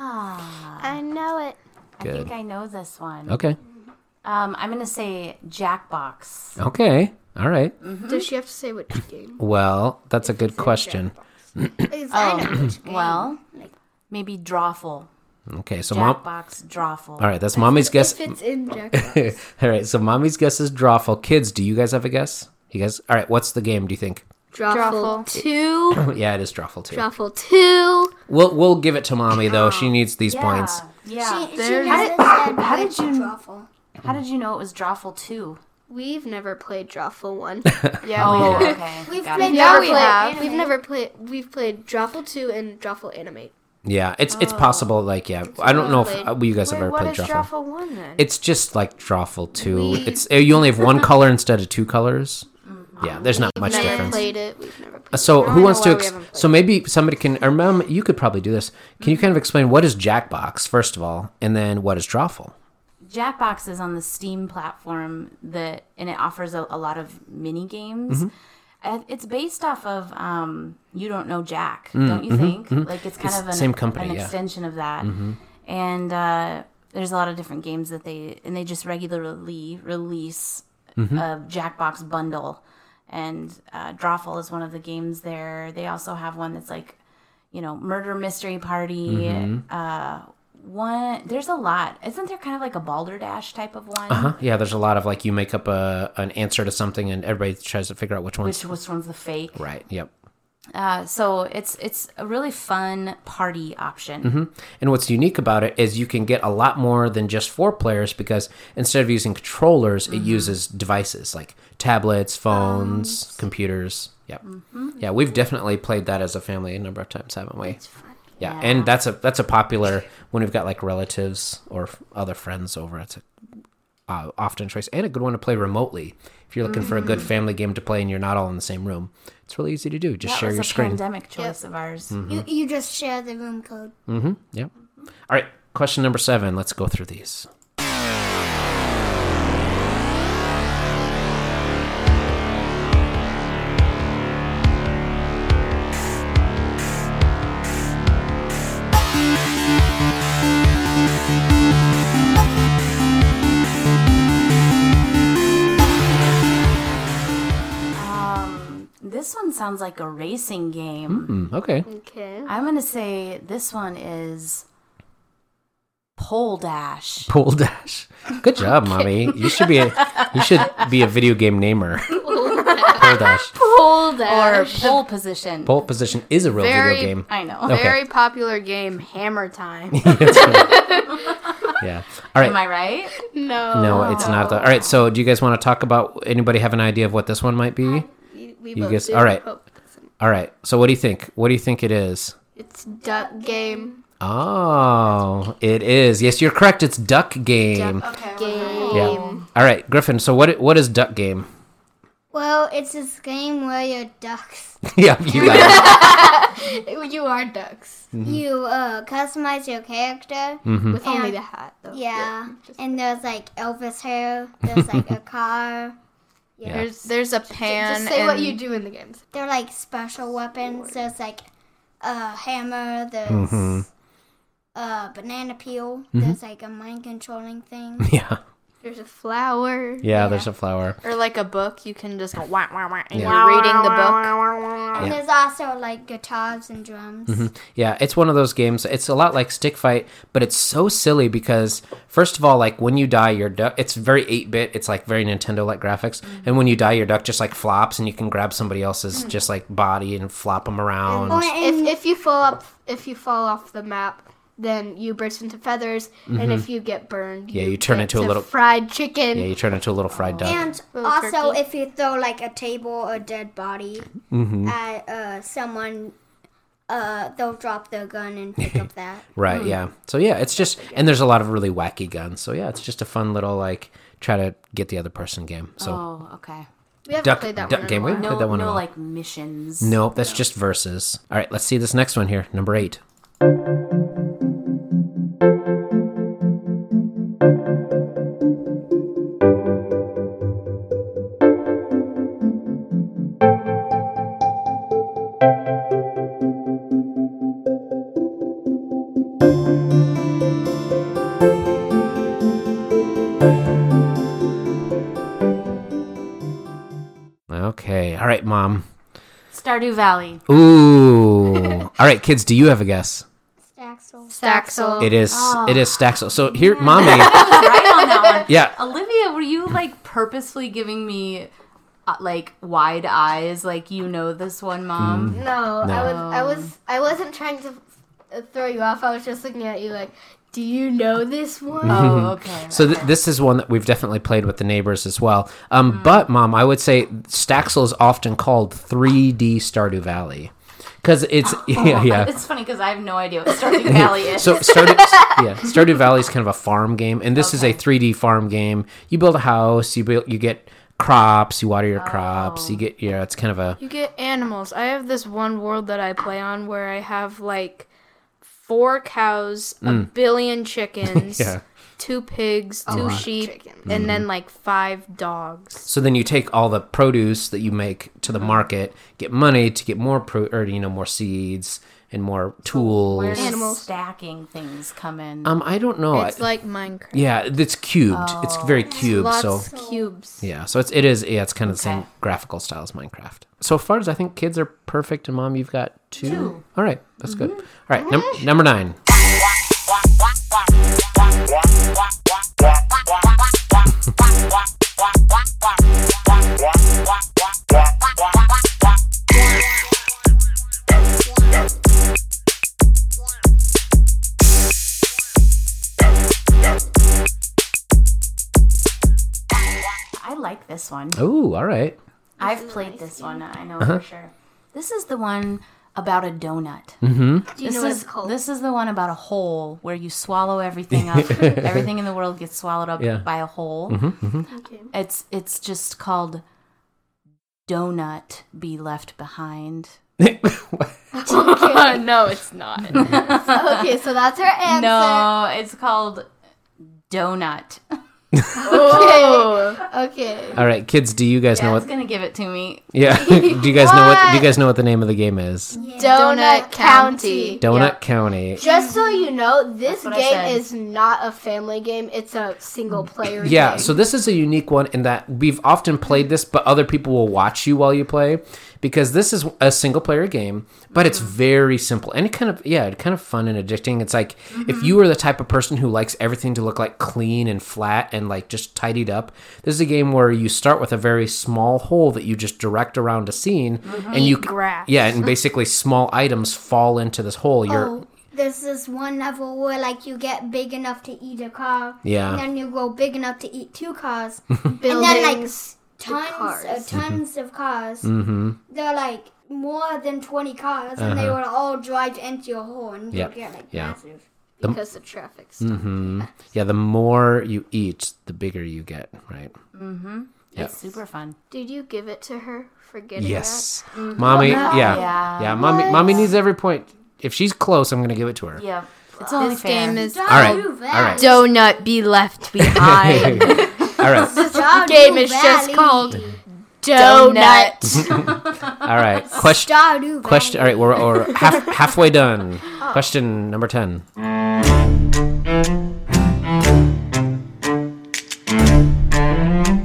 S5: I know it.
S4: I
S3: Good.
S4: think I know this one.
S3: Okay.
S4: Um, I'm gonna say Jackbox.
S3: Okay. All right.
S5: Does she have to say which
S3: <laughs>
S5: game?
S3: Well, that's a good question.
S6: it's- I
S5: Um,
S6: know which game.
S4: Well, maybe Drawful.
S3: Okay, so mom.
S4: Jackbox Drawful.
S3: All right, that's mommy's guess.
S5: If it's in Jack.
S3: <laughs> all right, so mommy's guess is drawful. Kids, do you guys have a guess? You guys. All right, what's the game? Do you think?
S5: Drawful two.
S3: <laughs> yeah, it is drawful too.
S5: Drawful two.
S3: We'll we'll give it to mommy
S8: Oh,
S3: though. She needs these points.
S4: Uh, Yeah.
S6: she, she
S5: There's-
S6: how did, how
S4: did you-
S6: Drawful.
S4: How did you know it was Drawful too?
S5: We've never played Drawful one.
S8: Yeah.
S4: Oh, okay.
S6: We've
S4: Got
S6: played
S4: it.
S8: Yeah,
S5: Never
S8: we
S5: played-
S8: have.
S5: We've never played. We've played Drawful two and Drawful animate.
S3: Yeah, it's it's possible. Like, yeah, I don't know if uh, you guys have ever
S8: Oh. what
S3: played
S8: is
S3: drawful.
S8: Drawful One then?
S3: It's just like drawful two. It's uh, you only
S8: <laughs>
S3: have one color instead of two colors. Yeah, there's not much
S5: Never
S3: difference. Uh,
S5: played it. We've never played.
S3: So
S8: I
S3: who
S8: know
S3: wants to?
S8: why we
S3: Ex-
S8: haven't played Mm-hmm.
S3: so maybe somebody can. Or mom, you could probably do this. Can you kind of explain what is Jackbox first of all, and then what is Drawful?
S4: Jackbox is on the Steam platform that, and it offers a, a lot of mini games.
S3: Mm-hmm.
S4: Uh, It's based off of um, You Don't Know Jack, don't you think? Like it's
S3: Mm, mm-hmm,
S4: kind
S3: It's
S4: of an,
S3: same company,
S4: an
S3: yeah. Mm-hmm.
S4: extension of that. And uh, there's a lot of different games that they and they just regularly release a Jackbox bundle. And uh, Drawful is one of the games there. They also have one that's like, you know, murder mystery party.
S3: Mm-hmm.
S4: Uh, one there's a lot isn't there kind of like a balderdash type of one
S3: Huh? Yeah, there's a lot of like you make up a an answer to something, and everybody tries to figure out which one's
S4: which was from the fake
S3: right. Yep.
S4: uh, so it's it's a really fun party
S3: Mm,
S4: option
S3: And what's unique about it is you can get a lot more than just four players because instead of using controllers,
S4: Mm-hmm.
S3: it uses devices like tablets, phones, computers. Yep.
S4: Mm-hmm.
S3: Yeah, we've definitely played that as a family a number of times, haven't we? Yeah. and that's a that's a popular when we've got like relatives or f- other friends over. It's a, uh, often a choice and a good one to play remotely. If you're looking for a good
S4: Mm-hmm.
S3: family game to play and you're not all in the same room, it's really easy to do. Just
S4: that
S3: share
S4: was
S3: your
S4: a
S3: screen. Mm.
S4: pandemic choice of ours
S3: Mm-hmm.
S6: You, you just share the room code.
S3: Yep. All right, question number seven. Let's go through these.
S4: this one sounds like a racing game
S3: Mm, okay.
S5: Okay.
S4: i'm gonna say this one is pole dash
S3: Pool dash. Good job, mommy. You should be a you should be a video game namer. Pool dash.
S5: Hold
S4: or
S5: that.
S4: pole position
S3: Pole Oh, position is a real
S8: Very-
S3: video game.
S4: i know
S3: Okay.
S8: Very popular game, Hammer
S3: <laughs>
S8: Time.
S3: Yeah. All
S4: am
S3: right.
S4: i right
S5: No.
S3: No, it's not. The, all right. So, do you guys want to talk about? Anybody have an idea of what this one might be?
S5: We, we
S3: You
S5: both
S3: guess-
S5: do.
S3: all right.
S5: Oh,
S3: All right. So, what do you think? What do you think it is?
S5: It's duck game.
S3: Oh, it is. Yes, you're correct. It's Duck Game.
S5: Game.
S3: yeah. All right, Griffin. So, what what is Duck Game? <laughs>
S6: Well, it's this game where you're ducks.
S3: yeah, you got it.
S5: You are ducks
S3: Mm-hmm.
S6: You uh, customize your character.
S3: Mm.
S5: with only
S6: And-
S5: the hat though.
S6: Yeah. And there's like Elvis hair. There's
S3: <laughs>
S6: like a car.
S3: Yeah.
S8: There's there's a pan.
S5: Just say what
S8: and-
S5: you do in the games.
S6: They're like special weapons. There's like a hammer. There's a banana peel. There's like a mind controlling thing.
S3: Yeah.
S5: There's a flower.
S3: Yeah, there's a flower.
S8: Or like a book, you can just go wah wah wah, and
S3: Yeah.
S8: you're reading the book.
S6: And there's also like guitars and drums.
S3: Yeah, it's one of those games. It's a lot like Stick Fight, but it's so silly because first of all, like when you die, your duck. It's very eight bit. It's like very Nintendo like graphics. And when you die, your duck just like flops, and you can grab somebody
S5: Hmm.
S3: else's just like body and flop them around.
S6: Oh,
S5: If
S6: and
S5: if you fall up, if you fall off the map, then you burst into feathers, and if you get burned,
S3: Yeah, you turn
S5: get
S3: into a
S5: to
S3: little-
S5: fried chicken.
S3: Yeah, you turn into a little fried
S5: uh,
S3: duck.
S6: and also, if you throw like a table or dead body at uh, someone, uh, they'll drop their gun and pick up that.
S3: Right, yeah. So yeah, it's just and there's a lot of really wacky guns. So yeah, it's just a fun little like try to get the other person game. So
S4: Oh, okay.
S5: we haven't
S3: duck,
S5: played that
S3: duck
S5: one. in a
S3: game. We
S5: while.
S3: haven't
S4: No,
S3: played that one in a
S4: no,
S3: while.
S4: like missions.
S3: Nope, that's just verses. All right, let's see this next one here, number eight. Okay, all right, mom.
S4: Stardew Valley. <laughs>
S3: Ooh. All right, kids, do you have a guess?
S6: Axel.
S8: Staxel.
S3: It is it is Staxel. So here, mommy.
S4: right on that one.
S3: Yeah.
S4: Olivia, were you like purposefully giving me uh, like wide eyes, like you know this one,
S3: Mm-hmm.
S4: mom?
S5: No, I was, I was, I wasn't trying to uh, throw you off. I was just looking at you like, do you know this
S4: <laughs>
S5: one?
S4: Oh, okay.
S3: So th- this is one that we've definitely played with the neighbors as well. Um, But mom, I would say Staxel is often called 3D Stardew Valley because it's yeah yeah.
S4: It's funny because I have no idea what Stardew
S3: <laughs>
S4: Valley is.
S3: So Stardew yeah Stardew Valley is kind of a farm game, and this is a 3D farm game. You build a house, you build, you get crops, you water your crops, you get yeah. It's kind of a
S8: You get animals. I have this one world that I play on where I have like four cows, a billion chickens,
S3: Yeah.
S8: two pigs, two sheep, and then
S3: Mm-hmm.
S8: like five dogs.
S3: So then you take all the produce that you make to the market, get money to get more pro- or you know more seeds and more
S4: Where
S3: tools.
S4: does
S5: Animals.
S4: stacking things come in?
S3: Um, I don't know.
S8: It's
S3: I-
S8: like Minecraft.
S3: yeah, it's cubed. it's very cubed.
S8: Lots
S3: So
S8: of cubes.
S3: yeah, so it's it is yeah, it's kind of the same
S4: Okay.
S3: graphical style as Minecraft. So far as I think kids are perfect, and mom, you've got two. All right, that's good. All right, num- number nine.
S4: I like this one.
S3: Oh, all right.
S4: I've played this one. I know
S3: Uh-huh.
S4: for sure. This is the one about a donut.
S5: do you
S4: This
S5: know what
S4: is
S5: it's called?
S4: this is the one about a hole where you swallow
S5: <laughs>
S4: everything up. everything in the world gets swallowed up
S3: Yeah.
S4: by a hole.
S5: Mm-hmm,
S4: It's it's just called donut be left behind.
S8: no, it's not.
S5: okay, so that's our answer.
S4: No, it's called donut.
S5: Okay.
S3: All right, kids, do you guys know
S4: Dad's
S3: what?
S4: gonna give it to me.
S3: Yeah. <laughs> do you guys know what? Do you guys know what the name of the game is?
S5: Donut County.
S3: Donut County.
S5: Just so you know, this
S4: what I
S5: game
S4: said.
S5: is not a family game. It's a single player game.
S3: Yeah, so this is a unique one in that we've often played this, but other people will watch you while you play because this is a single player game, but it's very simple and it kind of yeah, it kind of fun and addicting. It's like if you are the type of person who likes everything to look like clean and flat and like just tidied up, this is a game where you start with a very small hole that you just direct around a scene and you
S8: grass.
S3: yeah, and basically small items fall into this hole. You're
S6: Oh, there's this one level where like you get big enough to eat a car.
S3: Yeah.
S6: And then you grow big enough to eat two cars. and then like
S5: Buildings.
S6: tons
S5: cars.
S6: of tons of cars. Mm-hmm. They're like more than twenty cars, and they will all drive into your hole, and
S3: Yep.
S6: you get like
S3: Uh-huh. Yeah.
S6: massive.
S5: because of traffic stuff.
S3: yeah, the more you eat, the bigger you get, right? Yeah.
S4: It's super fun.
S5: Did you give it to her for getting
S3: Yes. Mommy, yeah. Yeah,
S4: Yeah.
S3: mommy mommy needs every point. If she's close, I'm going to give it to her.
S4: Yeah. It's only
S8: This game is
S3: All right.
S6: Do
S3: All
S6: that.
S3: right.
S8: Donut be
S3: <laughs>
S8: left behind.
S3: All right.
S6: Stardew
S8: game is just
S6: Valley.
S8: called
S5: Donut.
S3: All right. Question
S6: Stardew Valley.
S3: question All right, we're, we're half, halfway done. Question number 10.
S5: donut?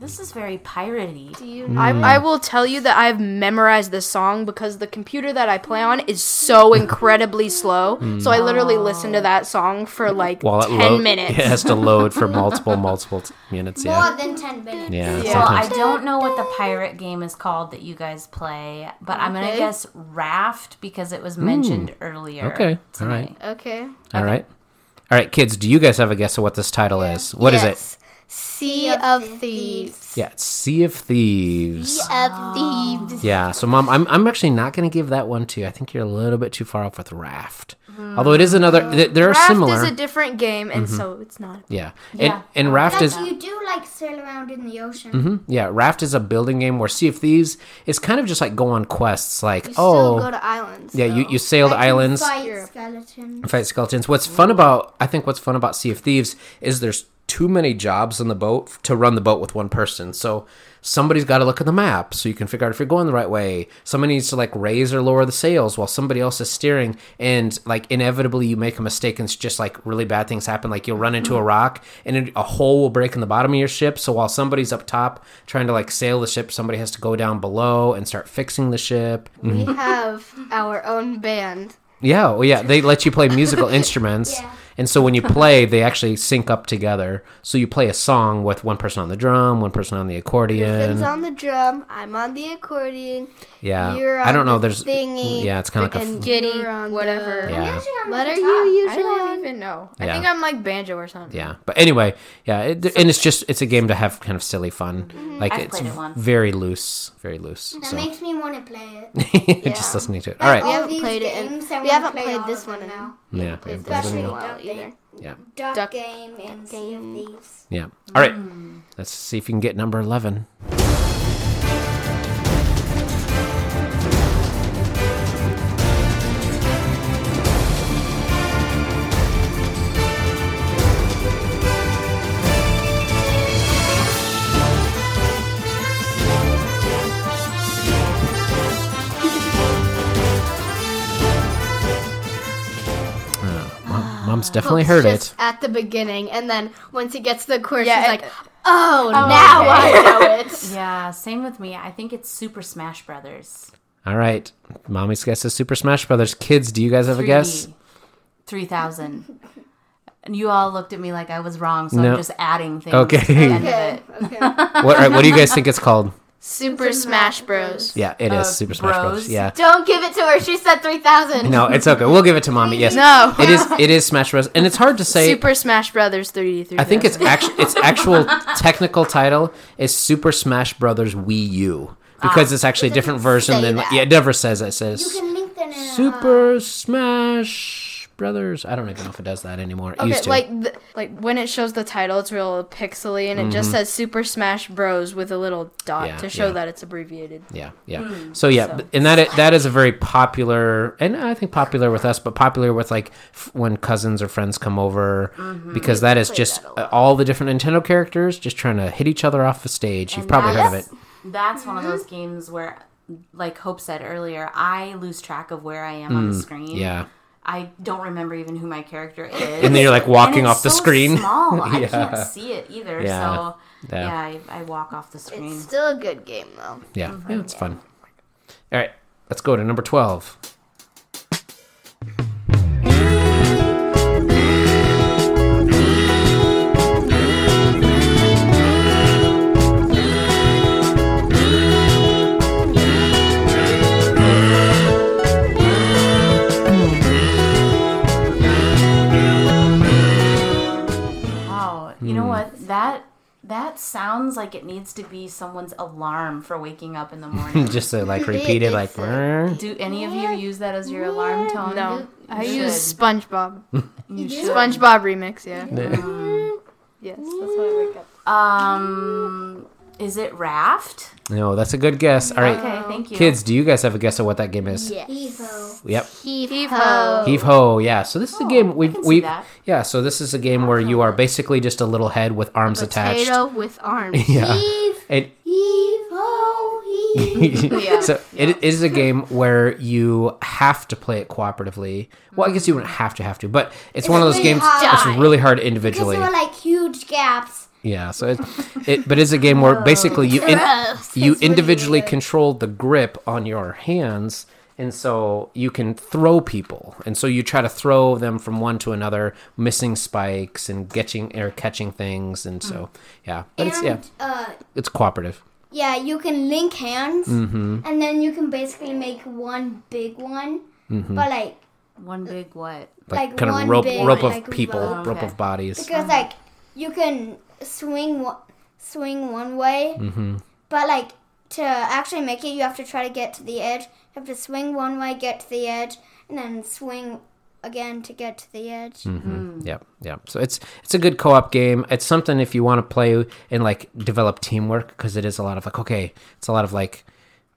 S4: This is very piratey.
S5: Do you
S3: Mm.
S8: I, I will tell you that I've memorized this song because the computer that I play on is
S3: <laughs>
S8: so incredibly slow. So I literally listen to that song for like
S3: While it
S8: 10
S3: load-
S8: minutes.
S3: it has to load for multiple multiple t- minutes. Yeah,
S6: More than 10 minutes.
S3: yeah.
S8: Yeah.
S4: Well,
S3: sometimes-
S4: I don't know what the pirate game is called that you guys play, but I'm gonna
S5: Okay.
S4: guess raft because it was mentioned earlier.
S3: Hmm. Okay. All
S4: tonight.
S3: right.
S5: Okay.
S3: All right. All right, kids. Do you guys have a guess of what this title is? What is it?
S5: it? Sea of Thieves.
S3: Yeah, it's Sea of Thieves.
S5: Sea of Thieves.
S3: Yeah, so mom, I'm, I'm actually not going to give that one to you. I think you're a little bit too far off with Raft. Although it is another, th- they're
S8: Raft
S3: similar. Mm-hmm.
S8: is a different game, and so it's not.
S3: yeah.
S4: Yeah.
S3: And, and Raft is,
S6: But you do like sail around in the ocean.
S3: yeah, Raft is a building game where Sea of Thieves is kind of just like go on quests. Like,
S5: Still go
S3: oh,
S5: to islands.
S3: yeah, you, you sailed
S6: I can
S3: islands.
S6: Fight skeletons.
S3: and fight skeletons. What's fun about I think what's fun about Sea of Thieves is there's too many jobs on the boat f- to run the boat with one person. So somebody's got to look at the map so you can figure out if you're going the right way. Somebody needs to like raise or lower the sails while somebody else is steering and like inevitably you make a mistake and it's just like really bad things happen like you'll run into a rock and it- a hole will break in the bottom of your ship. So while somebody's up top trying to like sail the ship, somebody has to go down below and start fixing the ship.
S5: We have our own band.
S3: Yeah, well, yeah, they let you play musical instruments. And so when you play, they actually sync up together. So you play a song with one person on the drum, one person on the
S5: Finn's
S3: accordion.
S5: on the drum. I'm on the accordion.
S3: Yeah.
S5: you're
S3: I don't
S5: on
S3: know.
S5: the
S3: There's
S5: thingy,
S3: Yeah, it's kind of like a
S5: And
S3: f-
S8: Giddy,
S5: you're on
S8: whatever.
S5: the-
S3: yeah.
S5: What are you
S8: I
S5: usually
S8: don't
S5: on?
S8: even know. I
S3: Yeah.
S8: think I'm like banjo or something.
S3: Yeah. But anyway, yeah, it, and it's just it's a game to have kind of silly fun. Like
S4: I've
S3: it's
S4: played it once.
S3: very loose, very loose.
S6: That
S3: So
S6: makes me want to play
S3: <laughs>
S6: it.
S3: just listening to it. All
S5: We
S3: right.
S5: haven't
S6: these
S5: played it in-
S6: games, I
S5: we
S6: wanna
S5: haven't
S6: play
S5: played
S6: all
S5: this
S6: of them
S5: one in-
S6: now.
S3: Yeah. we haven't done
S6: Especially
S3: it in a
S6: Duck
S3: while.
S5: while either.
S6: Game.
S3: Yeah.
S6: Duck,
S8: Duck-
S6: Game and Sea of Thieves.
S3: Yeah. All right. Let's see if you can get number 11. Oh, Mom, Mom's definitely heard it.
S5: Just at the beginning, and then once he gets the chorus,
S8: Yeah,
S5: he's
S8: it-
S5: like, "Oh, now I know <laughs> it."
S4: Yeah, same with me. I think it's Super Smash Brothers.
S3: All right, mommy's guess is Super Smash Brothers. Kids, do you guys have a guess?
S4: Three thousand. And you all looked at me like I was wrong, so
S3: No.
S4: I'm just adding things.
S3: Okay.
S4: to the end of
S5: Okay.
S4: it.
S5: Okay.
S3: What, all right, what do you guys think it's called?
S8: Super Smash Bros.
S3: Yeah, it is
S8: Oh,
S4: Uh,
S3: Super Smash Bros.
S4: Bros.
S3: Yeah.
S5: Don't give it to her. She said three thousand.
S3: No, it's okay. We'll give it to mommy. Yes.
S8: No.
S3: It is. It is Smash Bros. And it's hard to say.
S8: Super Smash Brothers 3D.
S3: I think it's actual. Its actual technical title is Super Smash Brothers Wii U because it's actually a different version than. Yeah, it never says it says
S6: You can link them in a-
S3: Super Smash Brothers. I don't even know if it does that anymore. It used
S8: Okay,
S3: to.
S8: like th- like when it shows the title, it's real pixely, and it just says Super Smash Bros. with a little dot
S3: Mm-hmm. Yeah,
S8: to show
S3: yeah.
S8: that it's abbreviated.
S3: Yeah, yeah. Hmm. so yeah, b- and that i- that is a very popular, and I think popular with us, but popular with like f- when cousins or friends come over, because Mm-hmm. that is just uh all the different Nintendo characters just trying to hit each other off the stage. You've
S4: And
S3: probably heard of it.
S4: that's- That's one of those
S5: Mm-hmm.
S4: games where, like Hope said earlier, I lose track of where I am on the screen.
S3: Hmm. Yeah,
S4: I don't remember even who my character is.
S3: and then you're like walking
S4: And it's
S3: off the
S4: so
S3: screen. <laughs>
S4: Small. I
S3: Yeah.
S4: can't see it either.
S3: Yeah.
S4: So
S3: Yeah.
S4: yeah, I, I walk off the screen.
S5: It's still a good game though.
S3: Yeah, yeah, it's fun. All right, let's go to number twelve.
S4: Wow. You
S3: Hmm.
S4: know what? That that sounds like it needs to be someone's alarm for waking
S3: <laughs>
S4: up in the morning.
S3: Just to like repeat it, like "Brr."
S4: Do any of you use that as your alarm tone?
S8: No, I
S4: You
S8: use
S4: should.
S8: SpongeBob.
S3: Mm-hmm.
S4: You should.
S8: SpongeBob remix, yeah. Mm-hmm. Yes, that's what I wake up.
S4: Um, is it Raft?
S3: no, that's a good guess. All right,
S4: Okay, thank you.
S3: kids, do you guys have a guess of what that game is?
S6: Evo.
S3: Yep.
S5: Heave
S8: ho.
S3: Heave ho, yeah. So this is a game we
S4: I can see
S3: we
S4: that.
S3: yeah. So this is a game where you are basically just a little head with arms attached.
S5: Potato with
S3: <laughs>
S5: arms.
S3: Yeah.
S6: Heave,
S3: And
S6: heave, ho, heave.
S3: so it is a game where you have to play it cooperatively. Well, I guess you wouldn't have to have to, but it's, one of those
S6: really
S3: games.
S6: hard.
S3: It's really hard
S6: Because
S3: individually.
S6: there were like huge gaps.
S3: Yeah, so it, it but it's a game
S6: <laughs>
S3: where basically you in, you individually control the grip on your hands, and so you can throw people, and so you try to throw them from one to another, missing spikes and catching or catching things, and so yeah, but it's yeah,
S6: Mm. And, uh,
S3: it's cooperative.
S6: yeah, you can link hands,
S3: Mm-hmm.
S6: and then you can basically make one big one, but like
S4: One big what?
S3: Mm-hmm. Like,
S6: Like
S3: kind of
S6: one
S3: rope
S6: big,
S3: rope of
S6: like, oh,
S3: people,
S6: rope.
S3: rope
S4: Okay.
S3: of bodies.
S6: because like you can swing wa- swing one way,
S3: Mm-hmm.
S6: but like to actually make it, you have to try to get to the edge. You have to swing one way, get to the edge, and then swing again to get to the edge.
S3: Mm-hmm. Yeah, yeah. Mm. So it's it's a good co-op game. It's something if you want to play and like develop teamwork because it is a lot of like okay, it's a lot of like,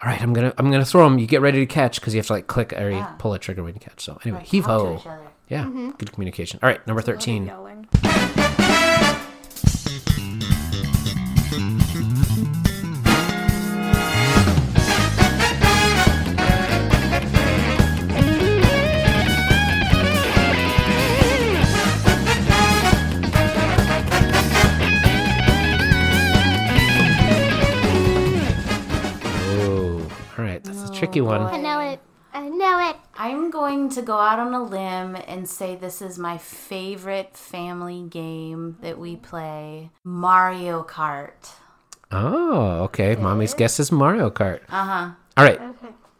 S3: all right, I'm gonna I'm gonna throw him. You get ready to catch because you have to like click or you pull a trigger when you catch. So anyway, heave ho. Yeah, good communication. All right, number thirteen. Oh, all right, that's a tricky one.
S6: I know it. I know it.
S4: I'm going to go out on a limb and say this is my favorite family game that we play Mario Kart.
S3: Oh, okay. Mommy's guess is Mario Kart. Uh huh. All right.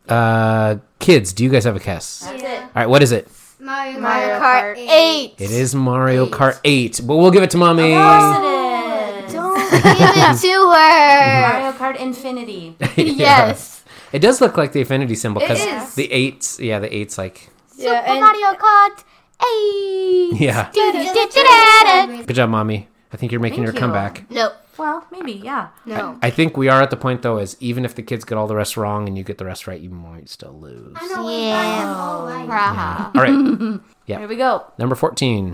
S3: Uh, kids, do you guys have a guess? All
S4: That's it.
S3: right, what is it?
S6: Mario,
S8: Mario Kart
S6: Kart
S8: 8.
S6: 8.
S3: It is Mario Kart Eight, but we'll give it to mommy.
S4: Of course it is.
S5: Give it to her.
S4: Mario Kart Infinity.
S3: <laughs>
S8: Yes.
S3: It does look like the affinity symbol because
S8: is.
S3: the eights, yeah, the eights, like,
S8: Yeah, and-
S6: Mario Kart 8.
S3: yeah.
S6: Du-du-du-du-du-du.
S3: Good job, mommy. I think you're making
S4: Thank
S3: your
S4: you.
S3: comeback.
S5: No.
S4: Well, maybe, yeah.
S8: no.
S3: I think we are at the point though, is even if the kids get all the rest wrong and you get the rest right, you might still lose.
S6: I know we got them all right.
S8: Haha.
S3: All right,
S4: Here we go.
S3: number fourteen.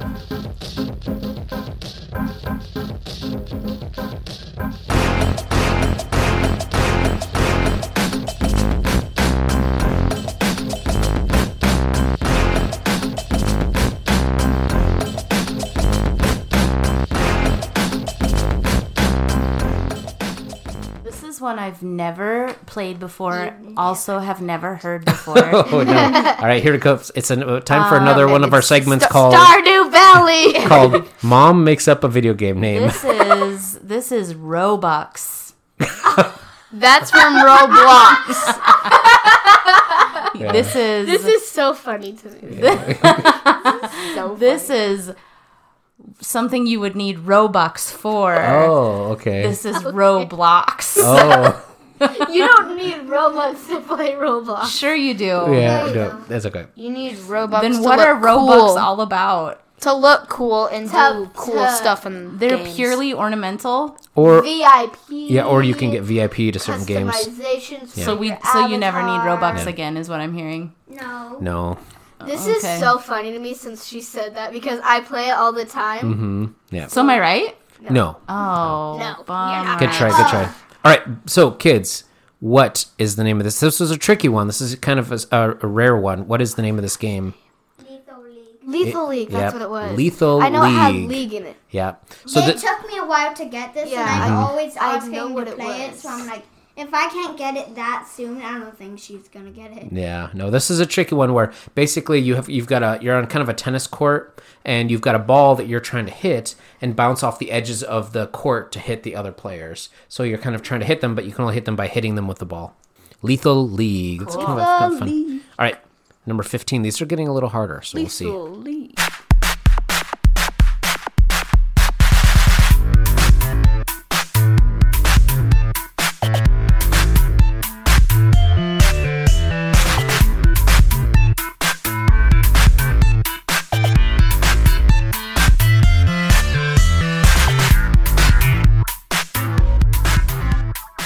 S4: This is one I've never played before, also have never
S3: <laughs>
S4: heard before.
S3: Oh no! all right, here it goes. It's an, uh, time for another one of our segments called
S8: Stardew Valley. <laughs>
S3: called "Mom Makes Up a Video Game Name."
S4: this is this is Robux.
S8: That's from Roblox.
S3: Yeah.
S4: This is
S5: This is so funny to me.
S4: this is something you would need Robux for.
S3: <laughs> oh, okay.
S4: This is Roblox.
S3: oh,
S5: You don't need Roblox to play Roblox.
S4: Sure you do.
S3: yeah, no, that's okay.
S8: You need Robux.
S4: Then
S8: to
S4: what
S8: look
S4: are Robux
S8: cool.
S4: all about?
S8: to look cool and do
S5: To-
S8: cool
S5: to-
S8: stuff and
S4: They're
S8: games.
S4: purely ornamental,
S3: Or
S5: VIP.
S3: yeah, or you can get VIP to certain games.
S5: customizations.
S4: so we so you never need Robux again is what I'm hearing.
S6: No.
S3: No.
S5: This
S4: Okay.
S5: is so funny to me since she said that because I play it all the time.
S3: Hmm. Yeah.
S4: So am I right?
S3: No.
S4: Oh,
S5: No.
S4: bummer.
S3: Good try, good try. All right, so kids, what is the name of this? This was a tricky one. This is kind of a, a rare one. What is the name of this game?
S6: Lethal League.
S5: Lethal League, that's
S3: yep,
S5: what it was.
S3: Lethal
S5: I know it had
S3: League.
S5: League in it.
S3: Yeah. So
S6: it
S3: the,
S6: took me a while to get this,
S5: Yeah,
S6: and I'm
S5: I-
S6: always
S5: I
S6: asking
S5: know
S6: to
S5: what it
S6: play it,
S5: was.
S6: so I'm like, if I can't get it that soon, I don't think she's gonna get
S5: <laughs>
S6: it.
S3: yeah, no, this is a tricky one where basically you have you've got a you're on kind of a tennis court and you've got a ball that you're trying to hit and bounce off the edges of the court to hit the other players. So you're kind of trying to hit them, but you can only hit them by hitting them with the ball. Lethal League. That's kind of, kind of fun. All right, number fifteen. These are getting a little harder, so we'll see.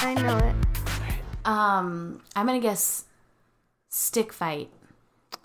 S5: I know it.
S4: Um, I'm gonna guess stick fight.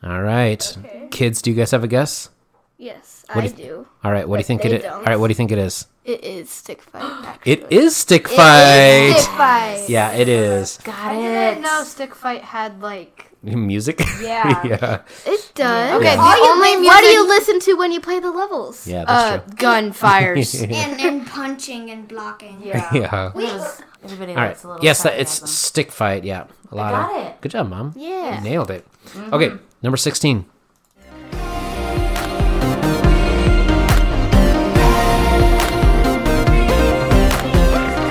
S3: All right, kids, do you guys have a guess?
S5: Yes,
S3: What
S5: I
S3: if-
S5: do.
S3: All right, what do you think it
S5: they
S3: is? All
S5: don't.
S3: right, what do you think it is?
S5: It is
S3: <gasps>
S5: stick fight. Actually.
S3: It is stick fight.
S5: Stick fight.
S3: Yeah, it is. <laughs>
S4: Got
S8: I
S4: it.
S8: didn't know Stick Fight had like
S3: music.
S4: Yeah.
S3: <laughs> yeah.
S5: It does.
S8: Okay,
S3: Yeah.
S8: the
S5: All you
S8: only
S5: li-
S8: music,
S5: what do you listen to when you play the levels?
S3: Yeah,
S8: uh, <laughs>
S3: that's
S4: <laughs>
S8: gunfires.
S3: true.
S6: and and punching and blocking.
S4: Yeah.
S3: <laughs> yeah.
S4: It was- Everybody
S3: All right.
S4: likes a little.
S3: Yes, that, it's
S4: sarcasm.
S3: stick fight. Yeah, a lot
S4: got
S3: of.
S4: it.
S3: Good job, mom.
S5: Yeah.
S3: Nailed it. Okay, number sixteen.
S5: E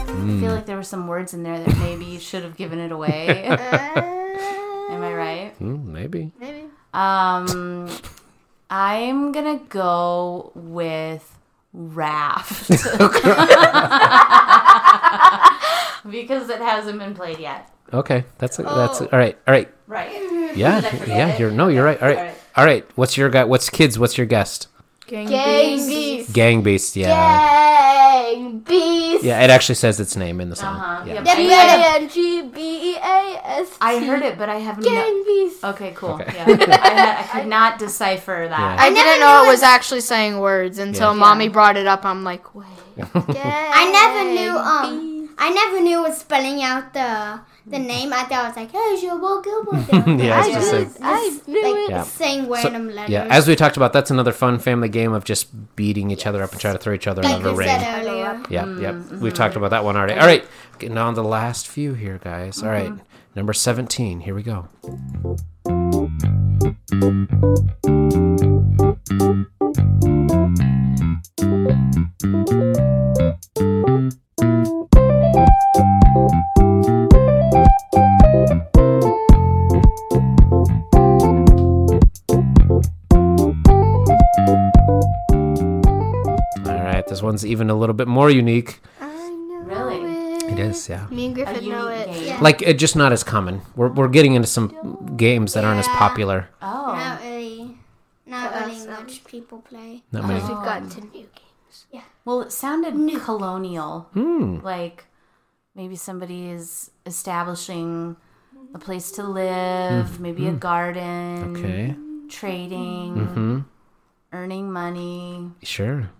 S4: I
S3: Mm.
S4: feel like there were some words in there that maybe should have given
S8: <laughs>
S4: it away. Am I right?
S3: Mm, maybe.
S4: Um, I'm gonna go with
S3: <laughs>
S4: raft because it hasn't been played yet.
S3: Okay, that's a, that's a- all right. All right.
S4: Right?
S3: Yeah,
S4: I forget
S3: yeah.
S4: it?
S3: You're no, you're right. All right, all right.
S4: right.
S3: What's your guy? What's kids? What's your guest?
S5: Gang beast.
S3: Gang beast. Yeah.
S5: Gang beast.
S3: Yeah, it actually says its name in the song.
S4: Uh-huh.
S3: Yeah.
S4: Yep.
S5: B A N G B E A S. T.
S4: I heard it, but I haven't.
S5: Gang beast.
S4: Okay, cool.
S3: Okay.
S4: Yeah, I, had, I could not decipher that.
S8: I didn't know it was actually saying words until mommy brought it up. I'm like, wait.
S6: I never knew um I never knew was spelling out the the
S5: Mm-hmm.
S6: name. I thought it was like, hey, it's your
S3: <laughs>
S6: Will Gilmore. thing."
S3: <laughs> Yeah, it's just
S6: I
S3: a-
S6: was I knew like,
S3: Yeah.
S6: saying
S3: So-
S6: random letters.
S3: yeah, as we talked about, that's another fun family game of just beating each other up and trying to throw each other
S6: like
S3: out of a
S6: we
S3: ring.
S6: said uh, earlier.
S3: Yep, yep. We've talked about that one already. All right, getting on the last few here, guys. All right, number 17. Here we go. All right, this one's even a little bit more unique.
S4: Really?
S3: It is, yeah.
S5: Me and
S4: A
S5: Griffin know
S4: unique
S5: it.
S4: game.
S3: Like, uh, just not as common. We're, we're getting into some games that aren't as
S6: Yeah.
S3: popular.
S4: Oh.
S6: Not really not
S5: What
S6: really
S5: else, um,
S6: much people play.
S3: Not many.
S5: We've gotten to new games.
S4: Well, it sounded colonial.
S3: Hmm.
S4: Like maybe somebody is establishing a place to live, maybe a garden,
S3: Mm. Hmm. Okay,
S4: trading,
S3: Mm-hmm.
S4: earning money.
S3: sure.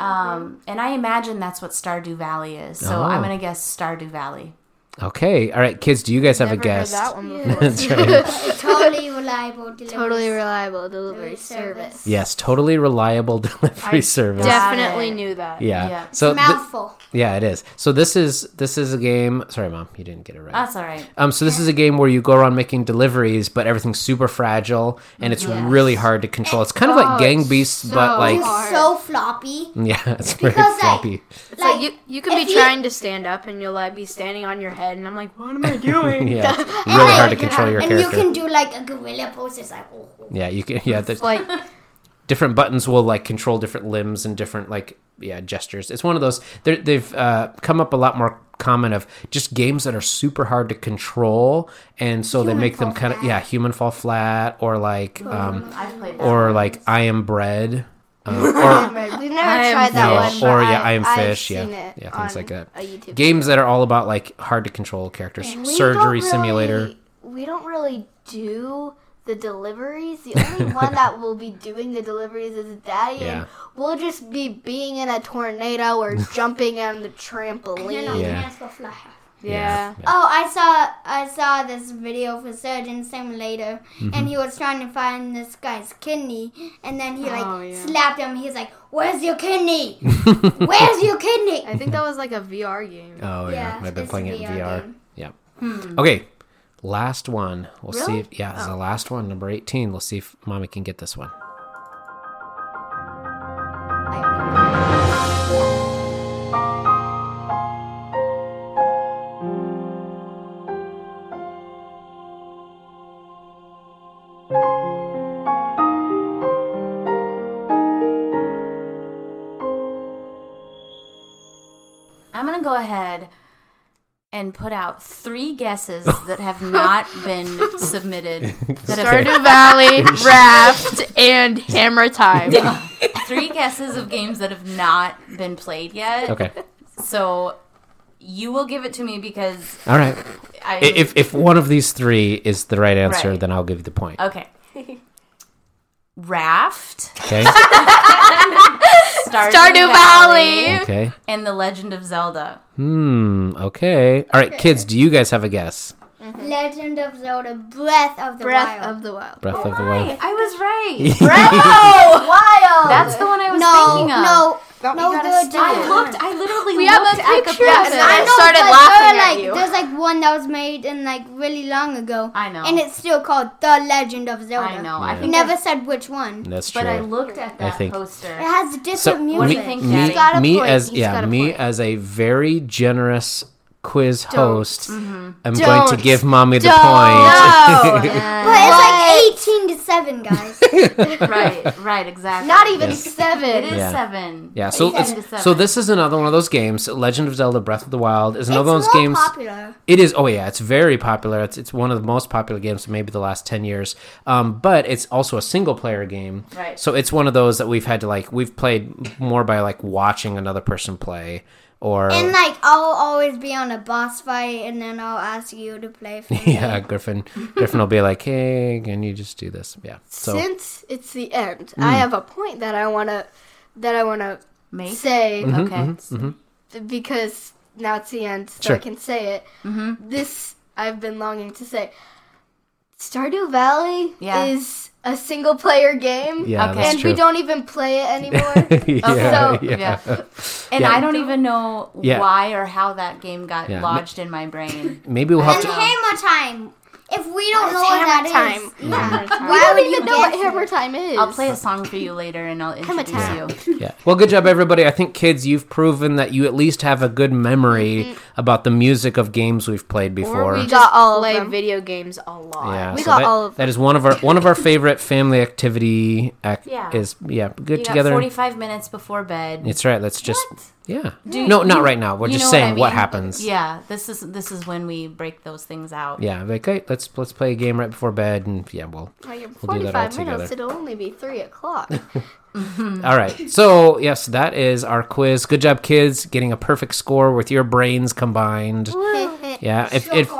S4: Um, and I imagine that's what Stardew Valley is. So I'm
S3: Oh.
S4: going to guess Stardew Valley.
S3: Okay, all right, kids, do you guys have a
S8: Never heard
S3: guess?
S8: that one before.
S4: <laughs>
S3: That's right.
S6: Totally reliable delivery.
S5: Totally reliable delivery
S6: Delivery service.
S5: service.
S3: Yes, totally reliable <laughs> delivery service.
S8: Definitely knew that.
S3: yeah.
S4: Yeah.
S3: So thi-
S6: mouthful.
S3: yeah, it is. So this is this is a game. Sorry, mom, you didn't get it right.
S4: That's all right.
S3: Um, so this is a game where you go around making deliveries, but everything's super fragile and it's really hard to control. It's kind of like Gang Beasts, but Oh, like
S6: It's so floppy.
S3: <laughs> yeah, it's very
S6: Because, like,
S3: floppy.
S8: It's like, you, you can
S6: if
S8: be
S6: you-
S8: trying to stand up and you'll like be standing on your head, and I'm like, what am I
S4: <laughs>
S8: doing?
S3: yeah, really hard to control your
S6: and
S3: character.
S6: you can do like a gorilla pose. It's like, oh,
S3: yeah, you can. <laughs> Yeah, there's
S8: Like,
S3: different buttons will like control different limbs and different like yeah gestures. It's one of those. they're- They've uh, come up a lot more common of just games that are super hard to control, and so they make them kind of yeah human fall flat or like
S5: Oh,
S3: um,
S4: I've played that.
S3: or like I am bread. Um, or
S5: We've never
S8: am
S5: tried that
S3: Yeah,
S5: one. but
S3: or yeah, I am
S5: I've
S3: fish.
S5: seen
S3: yeah,
S5: it
S3: yeah, things
S5: on
S3: like that.
S5: a YouTube
S3: Games that are all about like hard to control characters.
S5: We don't
S3: Surgery
S5: really-
S3: simulator.
S5: We don't really do the deliveries. The
S3: <laughs>
S5: only one that will be doing the deliveries is Daddy,
S3: Yeah.
S5: and we'll just be being in a tornado
S3: <laughs>
S5: or jumping on the trampoline.
S6: no, no,
S3: Yeah.
S6: yeah. let's go fly.
S8: yeah.
S6: Oh, I saw I saw this video for Surgeon Simulator,
S3: Mm-hmm.
S6: and he was trying to find this guy's kidney, and then he like
S8: Oh, yeah.
S6: slapped him. He's like, "Where's your
S3: <laughs>
S6: kidney? Where's your kidney?"
S8: I think that was like a VR game.
S3: Oh yeah,
S6: Yeah,
S3: I've been
S6: it's
S3: playing
S6: a
S3: it in
S6: VR
S3: VR.
S6: game.
S3: Yeah. Okay, last one. We'll see. If, yeah, it's the last one, number eighteen. We'll see if mommy can get this one.
S4: I'm going to go ahead and put out three
S3: <laughs>
S4: guesses that have not been submitted. That have
S8: Stardew
S4: <laughs>
S8: Valley, Raft, and Hammer Time.
S4: three guesses of games that have not been played yet.
S3: Okay.
S4: So you will give it to me because
S3: All right.
S4: I
S3: I- If if one of these three is the right answer,
S4: Right. Oh.
S3: then I'll
S8: <laughs>
S3: give you the point.
S4: okay. Raft,
S3: Okay.
S4: Stardew,
S8: Stardew Valley.
S3: Okay.
S4: and The Legend of Zelda.
S3: Hmm. Okay. All right, kids. Do you guys have a guess?
S6: Legend of Zelda Breath of the
S5: Breath
S6: Wild.
S5: of the Wild.
S3: Breath of the
S4: Right,
S3: Wild.
S4: I was right.
S3: <laughs>
S4: <laughs>
S5: Bravo! Wild.
S4: That's the one I was
S6: no,
S4: thinking of.
S6: no,
S5: But we
S6: no,
S5: gotta
S6: the
S4: I
S5: stop.
S4: looked. I literally
S8: We have a
S4: looked at the
S8: picture of
S4: picture.
S8: it. I
S6: I know,
S8: <laughs> started
S6: but
S8: laughing
S6: there are,
S8: at
S6: like,
S8: you.
S6: There's like one that was made in like really long ago.
S4: I know.
S6: And it's still called The Legend of Zelda.
S4: I know. I
S6: We
S4: think
S6: never said which one.
S3: That's true.
S4: But I looked at that
S3: think-
S4: poster.
S6: It has different
S3: So
S6: music.
S4: What do
S3: me,
S4: you think,
S3: me-
S4: Daddy? He's
S5: got a
S3: me
S5: point.
S3: as
S5: He's
S3: yeah,
S5: got a
S3: me
S5: point.
S3: as a very generous quiz host, I'm going
S8: Don't.
S3: to give mommy the
S8: Don't.
S3: point.
S4: <laughs>
S6: But it's like 18 to 7,
S3: <laughs>
S6: guys.
S4: <laughs> right, right, exactly.
S8: Not even
S3: Yes.
S4: It
S8: seven.
S4: is
S3: Yeah.
S4: seven.
S3: Yeah, so
S4: Seven
S3: it's-
S4: to seven.
S3: so this is another one of those games. Legend of Zelda: Breath of the Wild is another one of
S6: it's
S3: those
S6: more
S3: games.
S6: popular.
S3: It is. Oh yeah, it's very popular. It's it's one of the most popular games in maybe the last ten years. Um, but it's also a single player game.
S4: Right.
S3: So it's one of those that we've had to like we've played more by like watching another person play or
S6: And like, I'll always be on a boss fight, and then I'll ask you to play
S3: <laughs>
S6: for me.
S3: yeah. Griffin Griffin will be like, hey, can you just do this? Yeah. So
S5: Since it's the end,
S3: Mm.
S5: I have a point that I wanna that I wanna
S3: Mm-hmm,
S4: Make?
S5: say
S4: Okay.
S5: because now it's the end, so
S3: Sure.
S5: I can say it.
S8: Mm-hmm.
S5: This I've been longing to say. Stardew Valley
S4: Yeah.
S5: is a single player game.
S3: yeah,
S4: Okay.
S3: that's
S5: and
S3: true.
S5: we don't even play
S3: <laughs>
S5: it anymore.
S3: <laughs> yeah,
S5: so-
S3: yeah.
S4: And
S3: Yeah.
S4: I don't even know
S3: Yeah.
S4: why or how that game got
S3: Yeah.
S4: lodged in
S3: <laughs>
S4: my brain.
S3: Maybe we'll have
S6: And
S3: to.
S6: hammer time. If we don't know what
S5: hammer
S6: that is,
S5: time?
S6: yeah.
S5: we
S6: why
S5: don't
S6: would
S5: even
S6: you
S5: know what
S6: guess
S5: hammer
S6: it?
S5: time is.
S4: I'll play a song for you later and I'll introduce
S5: time.
S4: you.
S3: Yeah. Well, good job, everybody. I think, kids, you've proven that you at least have a good memory about the music of games we've played before.
S8: Or we
S5: Got
S8: just
S5: all of
S8: play
S5: them.
S8: video games a lot.
S3: yeah,
S5: we
S3: so
S5: got
S3: that-
S5: all of
S3: that is one of our one of our favorite family activity. Ac-
S4: Yeah.
S3: is yeah, good
S4: You got
S3: together.
S4: 45 minutes before bed.
S3: It's right. Let's just yeah.
S4: Do
S3: no,
S4: you-
S3: not right now. We're
S4: you
S3: just
S4: know
S3: saying
S4: I
S3: what
S4: mean?
S3: happens.
S4: Yeah, this is this is when we break those things out.
S3: Yeah, like hey, let's let's play a game right before bed, and yeah, well,
S5: Like in
S3: We'll do that
S5: 45
S3: all
S5: minutes,
S3: together.
S5: it'll only be 3 o'clock.
S4: Um,
S3: all right. So yes, that is our quiz. Good job, kids, getting a perfect score with your brains combined. Yeah, if if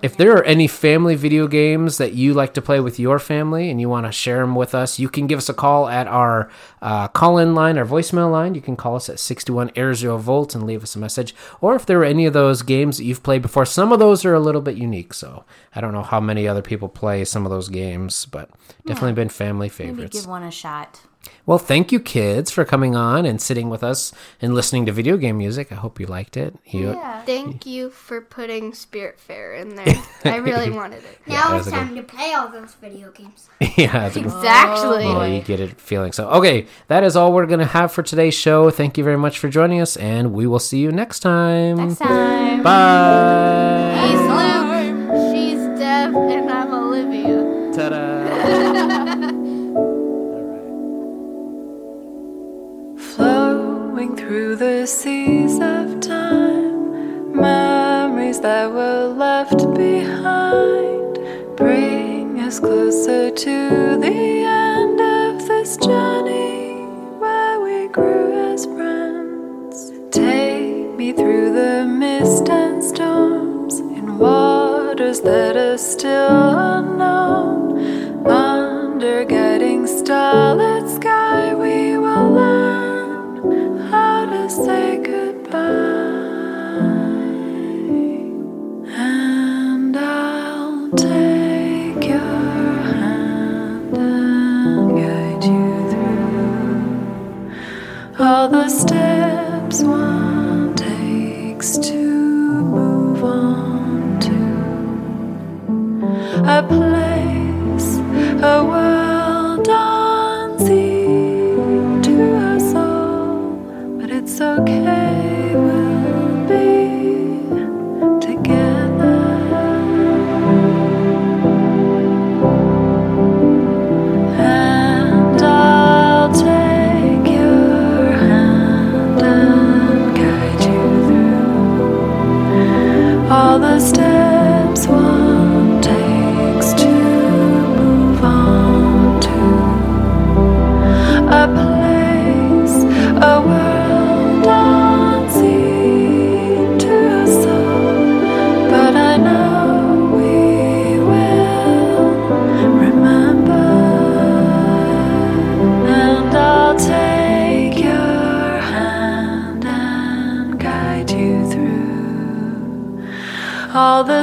S3: if there are any family video games that you like to play with your family and you want to share them with us, you can give us a call at our uh, call in line, our voicemail line. You can call us at 61 air zero volts and leave us a message. Or if there are any of those games that you've played before, some of those are a little bit unique. So I don't know how many other people play some of those games, but definitely been family
S4: Maybe
S3: favorites.
S4: give one a shot.
S3: Well, thank you, kids, for coming on and sitting with us and listening to video game music. I hope you liked it. You, <laughs>
S5: Thank you for putting Spirit Fair in there. I really
S3: <laughs>
S5: wanted it.
S6: Now
S3: that was
S6: it's
S3: a good-
S6: time to play all those video games.
S3: yeah, it's a good
S5: Exactly.
S3: Yeah, you get it feeling. So, okay, that is all we're going to have for today's show. Thank you very much for joining us, and we will see you next time.
S4: Next time.
S3: Bye.
S5: He's Luke, she's Dev, and I'm Olivia.
S3: Ta-da.
S9: Flowing through the seas of time, memories that were left behind bring us closer to the end of this journey where we grew as friends. Take me through the mist and storms in waters that are still unknown. Under guiding starlit sky, we will learn how to say goodbye. And I'll take your hand and guide you through all the steps one takes to move on to a place, a world on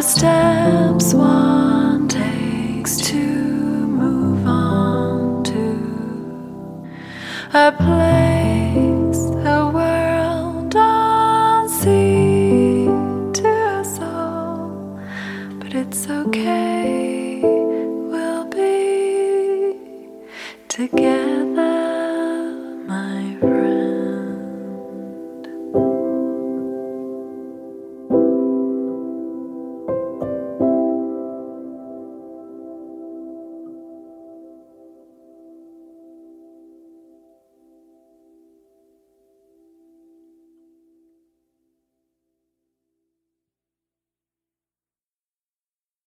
S6: steps one takes to move on to a place, a world unseen to us all. But it's okay, we'll be together.